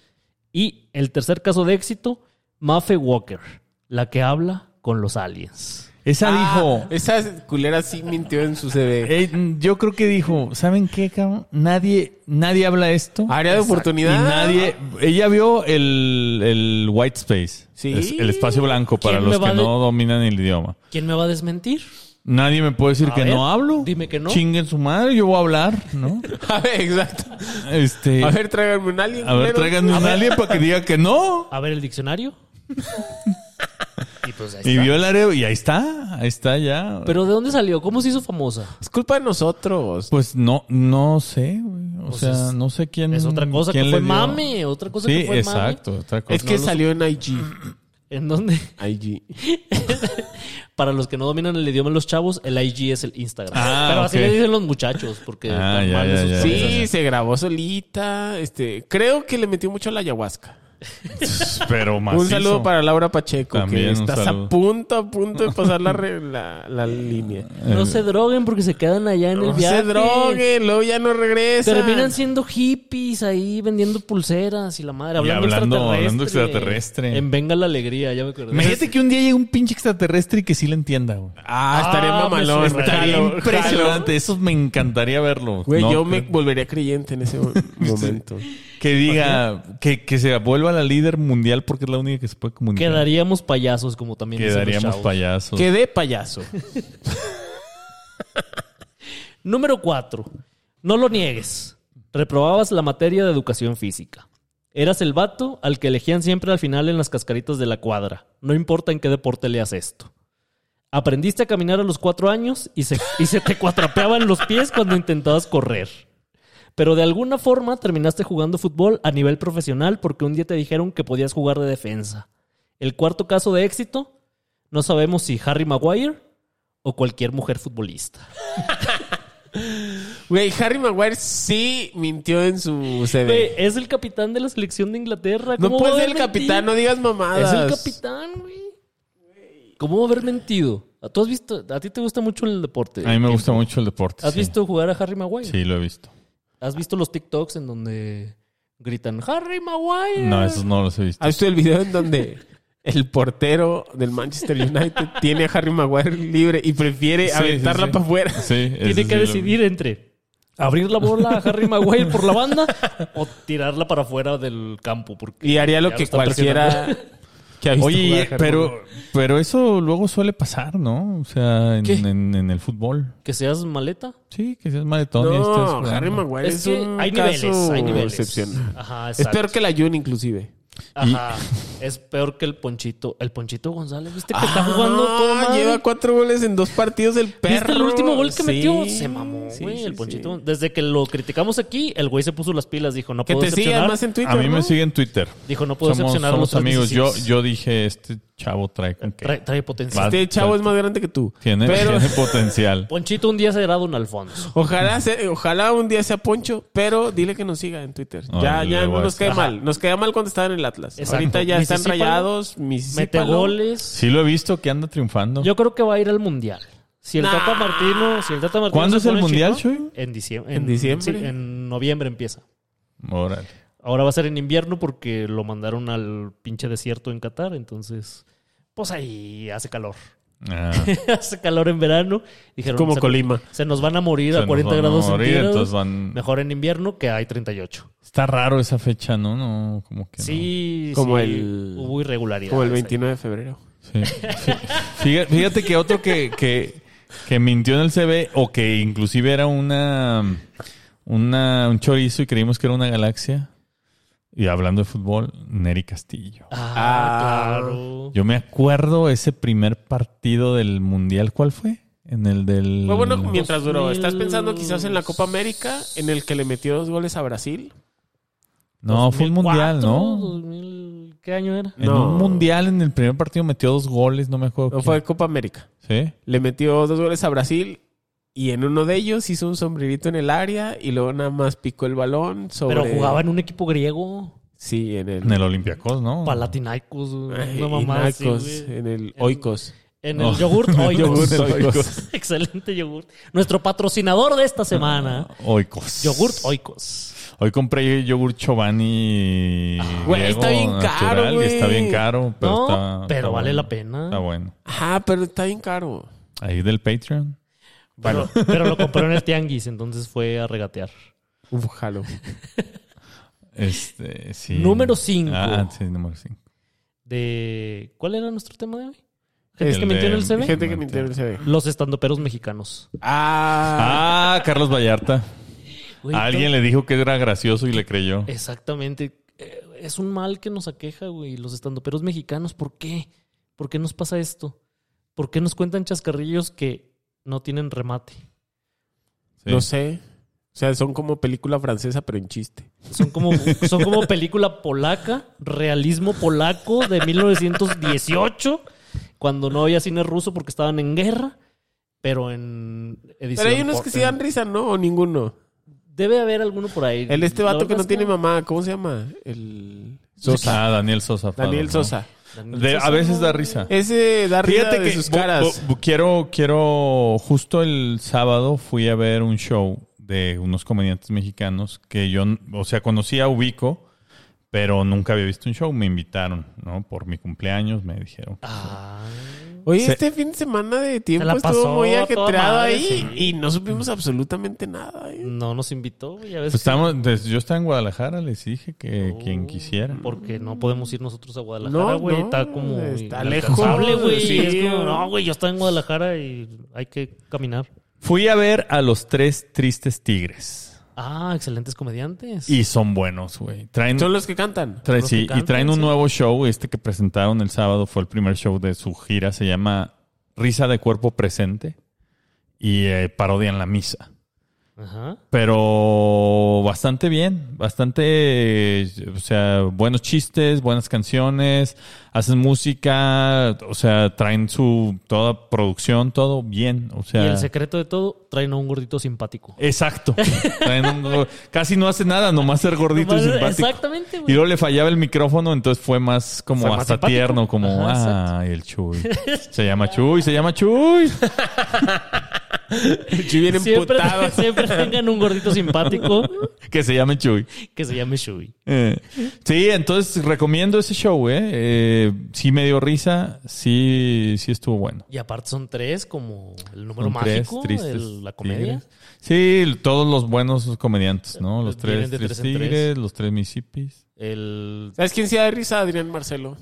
C: Y el tercer caso de éxito, Maffe Walker, la que habla con los aliens.
A: Esa
D: Ah,
A: dijo,
D: Esa culera sí mintió en su CV.
A: eh, yo creo que dijo, ¿saben qué, cabrón? Nadie, nadie habla esto.
D: Área de
A: Y
C: Ah.
D: oportunidad.
A: nadie, ella vio el, el white space,
D: Sí.
A: es- el espacio blanco para
C: ¿Quién
A: los
C: me va
A: que
C: de-
A: no dominan el idioma.
C: ¿Quién me va a desmentir?
A: Nadie me puede decir
C: A
A: que
C: ver,
A: no hablo.
C: dime que no.
A: Chinguen su madre, yo voy a hablar, ¿no?
D: A ver, exacto.
A: Este,
D: A ver, tráiganme un alien. culero.
A: tráiganme a nadie para que diga que no.
C: A ver el diccionario. y pues ahí
A: Y
C: está.
A: vio el área y ahí está, ahí está ya.
C: ¿Pero de dónde salió? ¿Cómo se hizo famosa?
D: Es culpa de nosotros.
A: pues no, no sé, güey. O
C: Pues
A: sea,
C: es-
A: no sé quién.
C: Es otra cosa
A: quién
C: que
A: le
C: fue
A: dio.
C: mame. Otra cosa
A: Sí,
C: que fue mame.
A: exacto. otra cosa.
D: Es que
A: Pues, No lo-
D: salió en IG.
C: en donde,
D: IG.
C: para los que no dominan el idioma de los chavos, el IG es el Instagram.
A: Ah,
C: Pero así
A: ok.
C: le dicen los muchachos, porque
A: Ah,
C: están
A: ya,
C: mal de
A: ya,
C: sus
A: ya,
C: cabezas.
D: Sí, se grabó solita. Este, creo que le metió mucho a la ayahuasca.
A: Pero más.
D: Un saludo para Laura Pacheco,
A: También un
D: que estás
A: saludo.
D: a punto, a punto de pasar la, re- la, la línea.
C: No se droguen porque se quedan allá en el
D: No
C: viaje.
D: se droguen, luego ya no regresan.
C: Terminan siendo hippies ahí vendiendo pulseras y la madre. Hablando,
A: hablando-
C: extraterrestre.
A: hablando extraterrestre.
C: En Venga la Alegría, ya me acordé.
A: Imagínate que un día llegue un pinche extraterrestre y que sí le entienda, güey.
D: Ah, estaría
A: pues
C: Ah,
D: mamalón.
C: me suena.
A: Estaría
D: Jalo, jalo.
A: impresionante. Eso me encantaría verlo.
D: Güey,
A: No,
D: yo me
A: que-
D: volvería creyente en ese mo- momento.
A: Que diga, que, que se vuelva la líder mundial porque es la única que se puede comunicar.
C: Quedaríamos payasos, como también dicen los
A: Quedaríamos
C: chavos.
A: payasos.
D: Quedé payaso.
C: Número 4. No lo niegues. Reprobabas la materia de educación física. Eras el vato al que elegían siempre al final en las cascaritas de la cuadra. No importa en qué deporte leas esto. Aprendiste a caminar a los cuatro años y se, y se te cuatrapeaban los pies cuando intentabas correr. Pero de alguna forma terminaste jugando fútbol a nivel profesional porque un día te dijeron que podías jugar de defensa. El cuarto caso de éxito, no sabemos si Harry Maguire o cualquier mujer futbolista.
D: Güey, Harry Maguire sí mintió en su
C: Güey,
D: CD.
C: es el capitán de la selección de Inglaterra.
D: No
C: ¿Cómo
D: puede
C: va a
D: ser el
C: haber
D: capitán, no
C: mentido?
D: digas mamadas.
C: Es el capitán, güey. ¿Cómo va a haber mentido? ¿Tú has visto? A ti te gusta mucho el deporte.
A: A mí me gusta mucho el deporte.
C: ¿Has
A: sí.
C: visto jugar a Harry Maguire?
A: Sí, lo he visto.
C: ¿Has visto los TikToks en donde gritan Harry Maguire?
A: No, esos no los he visto.
D: ¿Has visto el video en donde el portero del Manchester United tiene a Harry Maguire libre y prefiere
A: Sí, sí,
D: aventarla
A: sí.
D: para afuera?
A: Sí, ese
C: Tiene
A: sí
C: que
A: lo-
C: decidir entre abrir la bola a Harry Maguire por la banda o tirarla para afuera del campo. Porque
D: Y haría lo
C: ya
D: que
C: está
D: cualquiera
C: presionado.
D: que ha visto jugar
A: Oye,
D: a Harry Maguire.
A: pero, pero eso luego suele pasar, ¿no? O sea, en,
C: ¿Qué?
A: en- en el fútbol.
C: ¿Que seas maleta?
A: Sí, que seas maletón y estés
D: No,
A: jugando.
D: Harry Maguire es,
C: Es que
D: un
C: hay
D: caso
C: niveles, hay niveles.
D: excepcional.
C: Ajá,
D: Es
C: exacto.
D: peor que la Jun, inclusive.
C: Ajá. Este, Es peor que el Ponchito. El Ponchito González, ¿viste que está
D: Ah,
C: jugando todo mal?
D: lleva cuatro goles en dos partidos del perro.
C: ¿Viste el último gol que
D: Sí,
C: metió? Se mamó,
D: sí,
C: güey.
D: sí,
C: el
D: sí.
C: Ponchito. Gon- Desde que lo criticamos aquí, el güey se puso las pilas. Dijo, no
D: Que
C: puedo
D: te sigue
C: decepcionar.
D: además en Twitter,
A: A mí
D: ¿no?
A: me sigue en Twitter.
C: Dijo, no puedo
A: somos
C: decepcionar a los
A: somos amigos. Yo,
C: 316.
A: yo dije, este chavo trae con qué.
C: Trae, trae potencia.
A: Va.
D: Este chavo es más grande que tú.
A: Tiene,
D: pero
A: tiene potencial.
C: Ponchito un día será Don Alfonso.
D: ojalá, se- ojalá un día sea Poncho, pero dile que nos siga en Twitter. ya
A: Órale,
D: ya
A: le voy
D: no
A: a
D: nos cae
A: decir.
D: mal. Nos cae mal cuando estaban en el Atlas.
C: Exacto.
D: Ahorita ya están
C: Misisípalo,
D: rayados.
C: Mete
D: Misisípalo.
C: goles.
A: Sí lo he visto que anda triunfando.
C: Yo creo que va a ir al Mundial. Si el
D: Nah.
C: Tata Martino... Si el Tata Martino
A: ¿Cuándo
C: se
A: es el
C: pone
A: Mundial,
C: chingón,
A: Chuy?
C: En diciembre.
D: ¿En diciembre?
C: sí, en noviembre empieza.
A: Órale.
C: Ahora va a ser en invierno porque lo mandaron al pinche desierto en Qatar. Entonces, pues ahí hace calor.
A: Ah,
C: hace calor en verano. Dijeron,
D: Como
C: se-
D: Colima.
C: Se nos van a morir
A: se
C: a
A: nos
C: 40
A: van a
C: grados
A: morir,
C: centígrados.
A: entonces van-
C: Mejor en invierno que hay 38.
A: Está raro esa fecha, ¿no? No, como que no.
C: Sí,
D: Como
C: sí,
D: el-
C: Hubo irregularidades.
D: Como el
C: ahí.
D: 29 de febrero.
A: Sí. Sí. Fíjate, fíjate que otro que, que, que mintió en el CB o que inclusive era una, una un chorizo y creímos que era una galaxia. Y hablando de fútbol, Neri Castillo.
C: Ah,
D: Ah.
C: claro.
A: Yo me acuerdo ese primer partido del Mundial, ¿cuál fue? En el del...
D: Fue bueno mientras duró.
C: 2000.
D: Estás pensando quizás en la Copa América, en el que le metió dos goles a Brasil.
A: no, fue un
C: 2004,
A: Mundial, ¿no?
C: 2000, ¿Qué año era?
A: En
D: No.
A: un Mundial, en el primer partido metió dos goles, no me acuerdo.
D: No
A: quién.
D: fue Copa América.
A: Sí.
D: Le metió dos goles a Brasil y en uno de ellos hizo un sombrerito en el área y luego nada más picó el balón sobre...
C: Pero jugaba en un equipo griego.
D: Sí, en el...
A: En el Olympiacos, ¿no?
C: Palatinaicos.
D: Ay,
C: Una mamá así,
D: Inacos,
C: güey.
D: en el Oikos.
C: En
A: No.
C: el yogurt. Oikos.
D: Yogurt, Oikos.
C: Excelente yogurt. Nuestro patrocinador de esta semana.
A: Ah. Oikos.
C: Yogurt Oikos.
A: Hoy compré yogur Chobani.
C: Ah,
D: güey, está bien caro,
A: y Está
D: güey.
A: bien caro, pero
C: no,
A: está.
C: pero
A: está
C: vale
A: bueno.
C: la pena.
A: Está bueno.
D: Ajá, Ah, pero está bien caro.
A: Ahí del Patreon.
C: Pero, pero lo compró en el tianguis, entonces fue a regatear.
D: Uf, jalo.
A: Este, sí.
C: Número 5
A: Ah, sí, número 5.
C: de... ¿Cuál era nuestro tema de hoy? Gente
A: El
C: que mintió en
A: de-
C: el CB.
D: Gente que me interesa.
C: Los estandoperos mexicanos.
D: Ah,
A: Ah, Carlos Vallarta.
C: Güey,
A: Alguien le dijo que era gracioso y le creyó.
C: to- Exactamente. Eh, Es un mal que nos aqueja, güey. Los estandoperos mexicanos, ¿por qué? ¿Por qué nos pasa esto? ¿Por qué nos cuentan chascarrillos que no tienen remate?
A: Sí.
D: no sé. O sea, son como película francesa, pero en chiste.
C: Son como, son como película polaca, realismo polaco de 1918, cuando no había cine ruso porque estaban en guerra, pero en edición.
D: Pero hay unos
C: por-
D: que sí dan risa, ¿no? O ninguno.
C: Debe haber alguno por ahí.
D: El este
C: La
D: vato que
C: verdad
D: no
C: es
D: tiene mamá, ¿cómo se llama? El
A: Ah, Daniel Sosa. Fado,
D: Daniel
A: ¿no?
D: Sosa.
C: Daniel
A: De- a
C: Sosa
A: veces
C: no-
A: da risa.
D: Ese da risa
A: Fíjate
D: de
A: que
D: sus
A: bu-
D: caras.
A: bu- bu- quiero, quiero, justo el sábado fui a ver un show de unos comediantes mexicanos que yo, n- o sea, conocía, ubico, pero nunca había visto un show. Me invitaron, ¿no? Por mi cumpleaños me dijeron.
C: Ah,
D: Oye,
A: Se-
D: este fin de semana de tiempo
C: Se la pasó
D: estuvo muy
C: a toda
D: ajetreado
C: madre,
D: ahí
C: sí.
D: y no supimos absolutamente nada. ¿eh?
C: no nos invitó, güey, a veces.
A: Pues estamos, des- yo estaba en Guadalajara, les dije que quien quisiera.
C: Porque no podemos ir nosotros a Guadalajara,
D: No,
C: güey.
D: no,
C: está como
D: está
C: inalcanzable,
D: lejos,
C: güey.
D: sí.
C: Es como, no, güey, yo estaba en Guadalajara y hay que caminar.
A: Fui a ver a los tres tristes tigres.
C: Ah, excelentes comediantes.
A: Y son buenos, güey. Traen,
D: Son los que cantan.
A: traen-
C: los
A: sí,
C: que
A: y
C: cantan,
A: traen un
C: sí.
A: nuevo show. Este que presentaron el sábado fue el primer show de su gira. Se llama Risa de Cuerpo Presente. Y eh, parodian la misa.
C: Ajá.
A: Pero bastante bien, bastante, eh, o sea, buenos chistes, buenas canciones, hacen música, o sea, traen su toda producción, todo bien, o sea,
C: Y el secreto de todo, traen a un gordito simpático.
A: exacto. Traen un go- casi no hace nada, nomás ser gordito y
C: Nomás-
A: simpático.
C: Exactamente,
A: Y
C: güey.
A: luego le fallaba el micrófono, entonces fue más como
C: Fue más
A: hasta
C: simpático.
A: tierno, como,
C: Ajá,
A: ay, el Chuy. Se llama Chuy, se llama Chuy.
D: Yo bien
C: Siempre,
D: emputado.
C: siempre tengan un gordito simpático
A: Que se llame Chuy.
C: que se llame Shui.
A: Eh, sí, entonces recomiendo ese show, ¿eh? Eh, Sí me dio risa, sí, sí estuvo bueno.
C: Y aparte son tres, como el número
A: Son tres
C: mágico,
A: tristes
C: el- la comedia.
A: tigres. Sí, todos los buenos comediantes, ¿no? Los tres,
C: Vienen de
A: tres
C: tres en
A: tigres,
C: tres.
A: los tres Mississippis.
C: El.
D: ¿Sabes quién se da risa? Adrián Marcelo.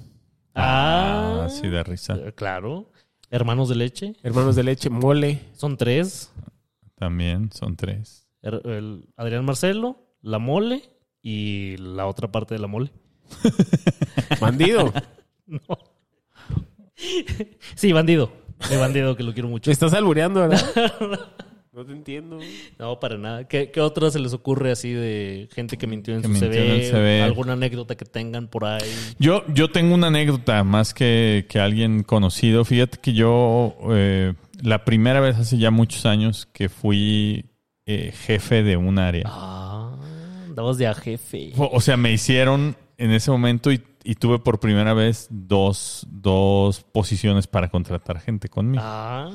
A: Ah, sí, da risa
C: eh, Claro. Hermanos de leche.
D: Hermanos de leche, mole.
C: Son tres.
A: también, son tres.
C: Er- el Adrián Marcelo, la mole y la otra parte de la mole.
D: Bandido.
C: No. Sí, bandido. El bandido que lo quiero mucho.
D: Te estás albureando, ¿verdad? No te entiendo.
C: No, para nada. ¿Qué, qué otra se les ocurre así de gente que mintió en
A: Que
C: su
A: mintió en el
C: CV,
A: CV?
C: ¿Alguna anécdota que tengan por ahí?
A: Yo, yo tengo una anécdota más que, que alguien conocido. Fíjate que yo, eh, la primera vez hace ya muchos años que fui eh, jefe de un área.
C: Ah, andabas de a jefe.
A: O o sea, me hicieron en ese momento y, y tuve por primera vez dos, dos posiciones para contratar gente conmigo.
C: Ah,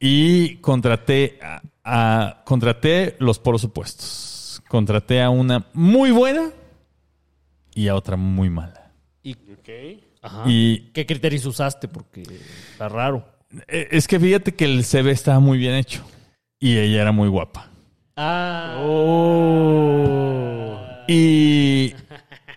A: Y contraté a, a- contraté los poros opuestos. Contraté a una muy buena y a otra muy mala.
C: y, Ajá.
A: Y
C: ¿Qué criterios usaste? Porque está raro.
A: eh, es que fíjate que el CV estaba muy bien hecho y ella era muy guapa.
C: Ah,
A: Y,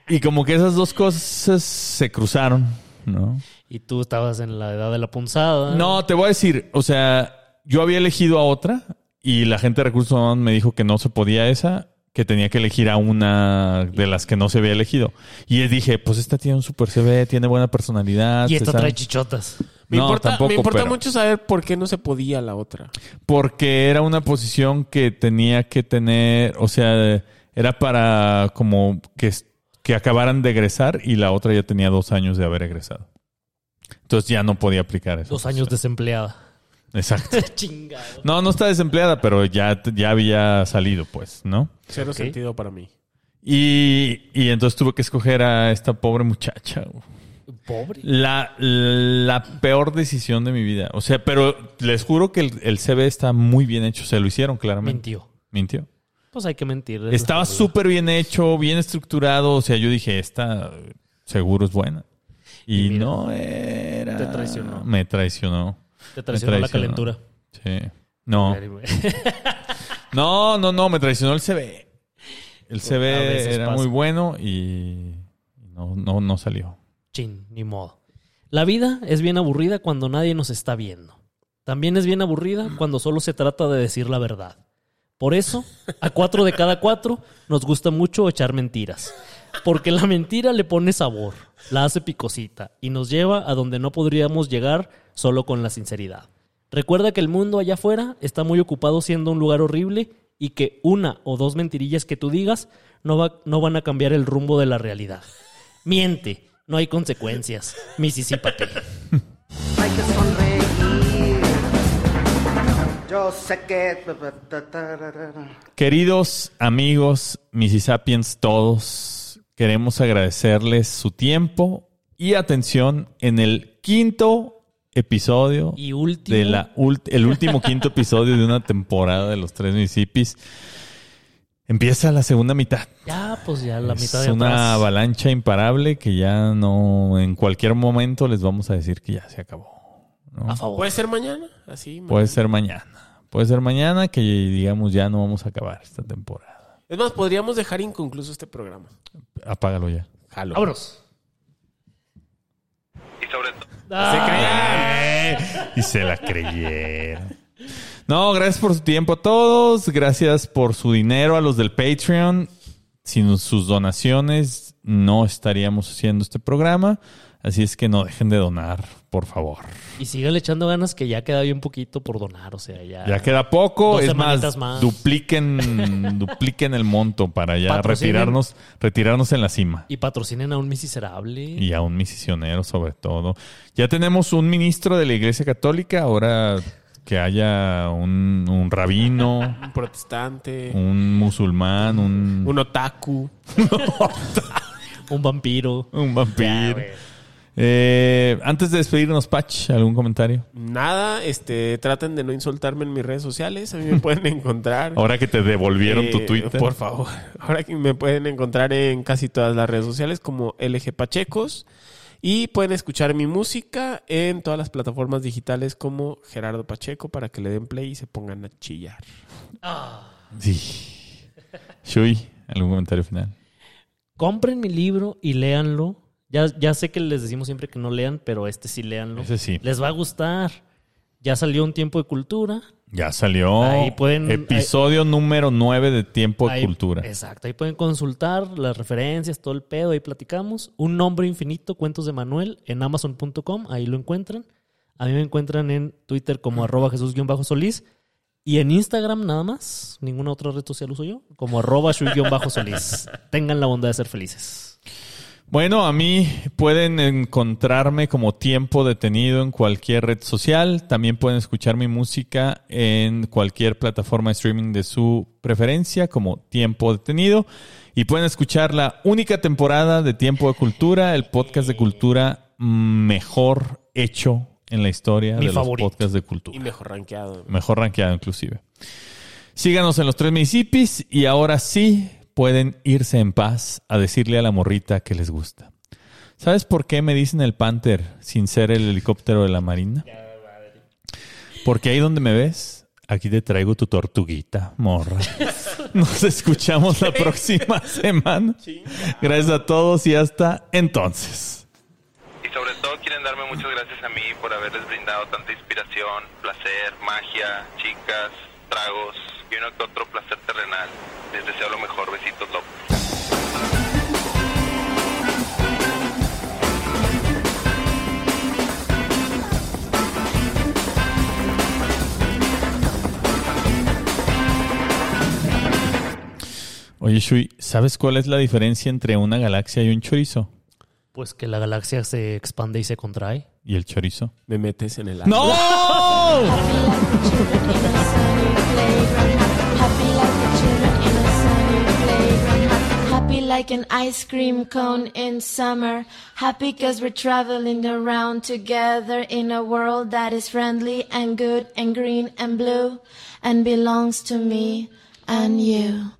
A: y como que esas dos cosas se cruzaron, ¿no?
C: y tú estabas en la edad de la punzada.
A: No, te voy a decir, o sea, yo había elegido a otra y la gente de recursos humanos me dijo que no se podía esa, que tenía que elegir a una de las que no se había elegido. Y les dije, pues esta tiene un super CV, tiene buena personalidad.
C: Y
A: se
C: esta
A: sabe.
C: trae chichotas.
D: Me
A: No,
D: importa,
A: tampoco,
D: me importa
A: pero-
D: mucho saber por qué no se podía la otra.
A: Porque era una posición que tenía que tener, o sea, era para como que, es- que acabaran de egresar y la otra ya tenía dos años de haber egresado. Entonces ya no podía aplicar eso.
C: Dos años desempleada.
A: Exacto.
C: Chingado.
A: No, no está desempleada, pero ya, ya había salido, pues, ¿no?
D: Cero
C: Ok.
D: sentido para mí.
A: Y, y entonces tuve que escoger a esta pobre muchacha. güey.
C: Pobre.
A: La, la peor decisión de mi vida. O sea, pero les juro que el, el CV está muy bien hecho. Se lo hicieron claramente.
C: Mintió.
A: Mintió.
C: Pues hay que mentir. es
A: Estaba
C: la verdad.
A: súper bien hecho, bien estructurado. O sea, yo dije, esta eh, seguro es buena. Y,
C: Y mira,
A: no era.
C: te traicionó.
A: Me traicionó.
C: Te traicionó la
A: traicionó.
C: calentura.
A: Sí. No. No, no, no, me traicionó el CV. El
C: A veces
A: CV era
C: pasa.
A: muy bueno y no, no, no salió.
C: Chin, ni modo. La vida es bien aburrida cuando nadie nos está viendo. También es bien aburrida cuando solo se trata de decir la verdad. Por eso, a cuatro de cada cuatro nos gusta mucho echar mentiras. Porque la mentira le pone sabor, la hace picosita y nos lleva a donde no podríamos llegar solo con la sinceridad. Recuerda que el mundo allá afuera está muy ocupado siendo un lugar horrible y que una o dos mentirillas que tú digas no, va- no van a cambiar el rumbo de la realidad. Miente, no hay consecuencias. Misisípate.
E: Hay que sonreír. Yo sé que.
A: Queridos amigos, Mississippians todos, queremos agradecerles su tiempo y atención en el quinto episodio
C: Y último.
A: de la ult- el último quinto episodio de una temporada de los tres municipios. Empieza la segunda mitad.
C: Ya, pues ya la mitad
A: es
C: de
A: una
C: atrás.
A: avalancha imparable que ya no en cualquier momento les vamos a decir que ya se acabó. ¿no?
C: A favor.
D: ¿Puede ser mañana? Así.
A: Puede ser mañana. Puede ser mañana que digamos ya no vamos a acabar esta temporada.
D: Es más, podríamos dejar inconcluso este programa.
A: Apágalo ya.
D: Jalo.
C: Vámonos.
B: Y sobre todo.
C: Ah.
A: Y se la creyeron. No, gracias por su tiempo a todos. Gracias por su dinero a los del Patreon. Sin sus donaciones no estaríamos haciendo este programa. Así es que no dejen de donar, por favor.
C: Ah, Y síganle echando ganas que ya queda bien poquito por donar, o sea, ya.
A: Ya queda poco.
C: Ah, Dos
A: es más,
C: semanitas más.
A: dupliquen, dupliquen el monto para ya
C: Patrocinen.
A: retirarnos, retirarnos en la cima.
C: Y patrocinen a un miserable.
A: Y a un misionero sobre todo. Ya tenemos un ministro de la Iglesia Católica, ahora que haya un, un rabino,
D: Un protestante,
A: un musulmán, un,
D: un otaku.
C: Un vampiro.
A: un vampiro. Eh, antes de despedirnos, Patch, ¿algún comentario?
D: Nada, este, traten de no insultarme en mis redes sociales. A mí me pueden encontrar.
A: Ahora que te devolvieron tu
D: Eh,
A: Twitter.
D: Por favor. Ahora que me pueden encontrar en casi todas las redes sociales como LG Pachecos. Y pueden escuchar mi música en todas las plataformas digitales como Gerardo Pacheco para que le den play y se pongan a chillar.
A: Sí. Shui, ¿algún comentario final?
C: Compren mi libro y léanlo. Ya, ya sé que les decimos siempre que no lean, pero este sí léanlo.
A: Ese sí.
C: Les va a gustar. Ya salió un tiempo de cultura.
A: Ya salió
C: Ahí pueden-
A: episodio número 9 de Tiempo de
C: Ahí-
A: Cultura.
C: Exacto. Ahí pueden consultar las referencias, todo el pedo. Ahí platicamos. Un nombre infinito, cuentos de Manuel, en amazon.com. Ahí lo encuentran. A mí me encuentran en Twitter como arroba Jesús-Solís. Y en Instagram nada más. Ninguna otra red social uso yo. Como arroba Shui-Solís. Tengan la bondad de ser felices.
A: Bueno, a mí pueden encontrarme como tiempo detenido en cualquier red social. También pueden escuchar mi música en cualquier plataforma de streaming de su preferencia como tiempo detenido. Y pueden escuchar la única temporada de Tiempo de Cultura, el podcast de cultura mejor hecho en la historia
C: Mi
A: de
C: favorito.
A: los podcasts de
D: Y
A: cultura.
D: mejor rankeado.
A: Mejor rankeado inclusive. Síganos en los tres municipios y ahora sí pueden irse en paz a decirle a la morrita que les gusta. ¿Sabes por qué me dicen el Panther sin ser el helicóptero de la Marina? Porque ahí donde me ves, aquí te traigo tu tortuguita, morra. Nos escuchamos la próxima semana. Gracias a todos y hasta entonces.
B: Y sobre todo quieren darme muchas gracias a mí por haberles brindado tanta inspiración, placer, magia, chicas, tragos y uno que otro placer terrenal. Les deseo lo mejor. Besitos, López.
A: Oye, Shui, ¿sabes cuál es la diferencia entre una galaxia y un chorizo?
C: Pues que la galaxia se expande y se contrae.
A: ¿Y el chorizo?
D: Me metes en el
A: ¡No!
F: Happy like an ice cream cone in summer. Happy cause we're traveling around together in a world that is friendly and good and green and blue and belongs to me and you.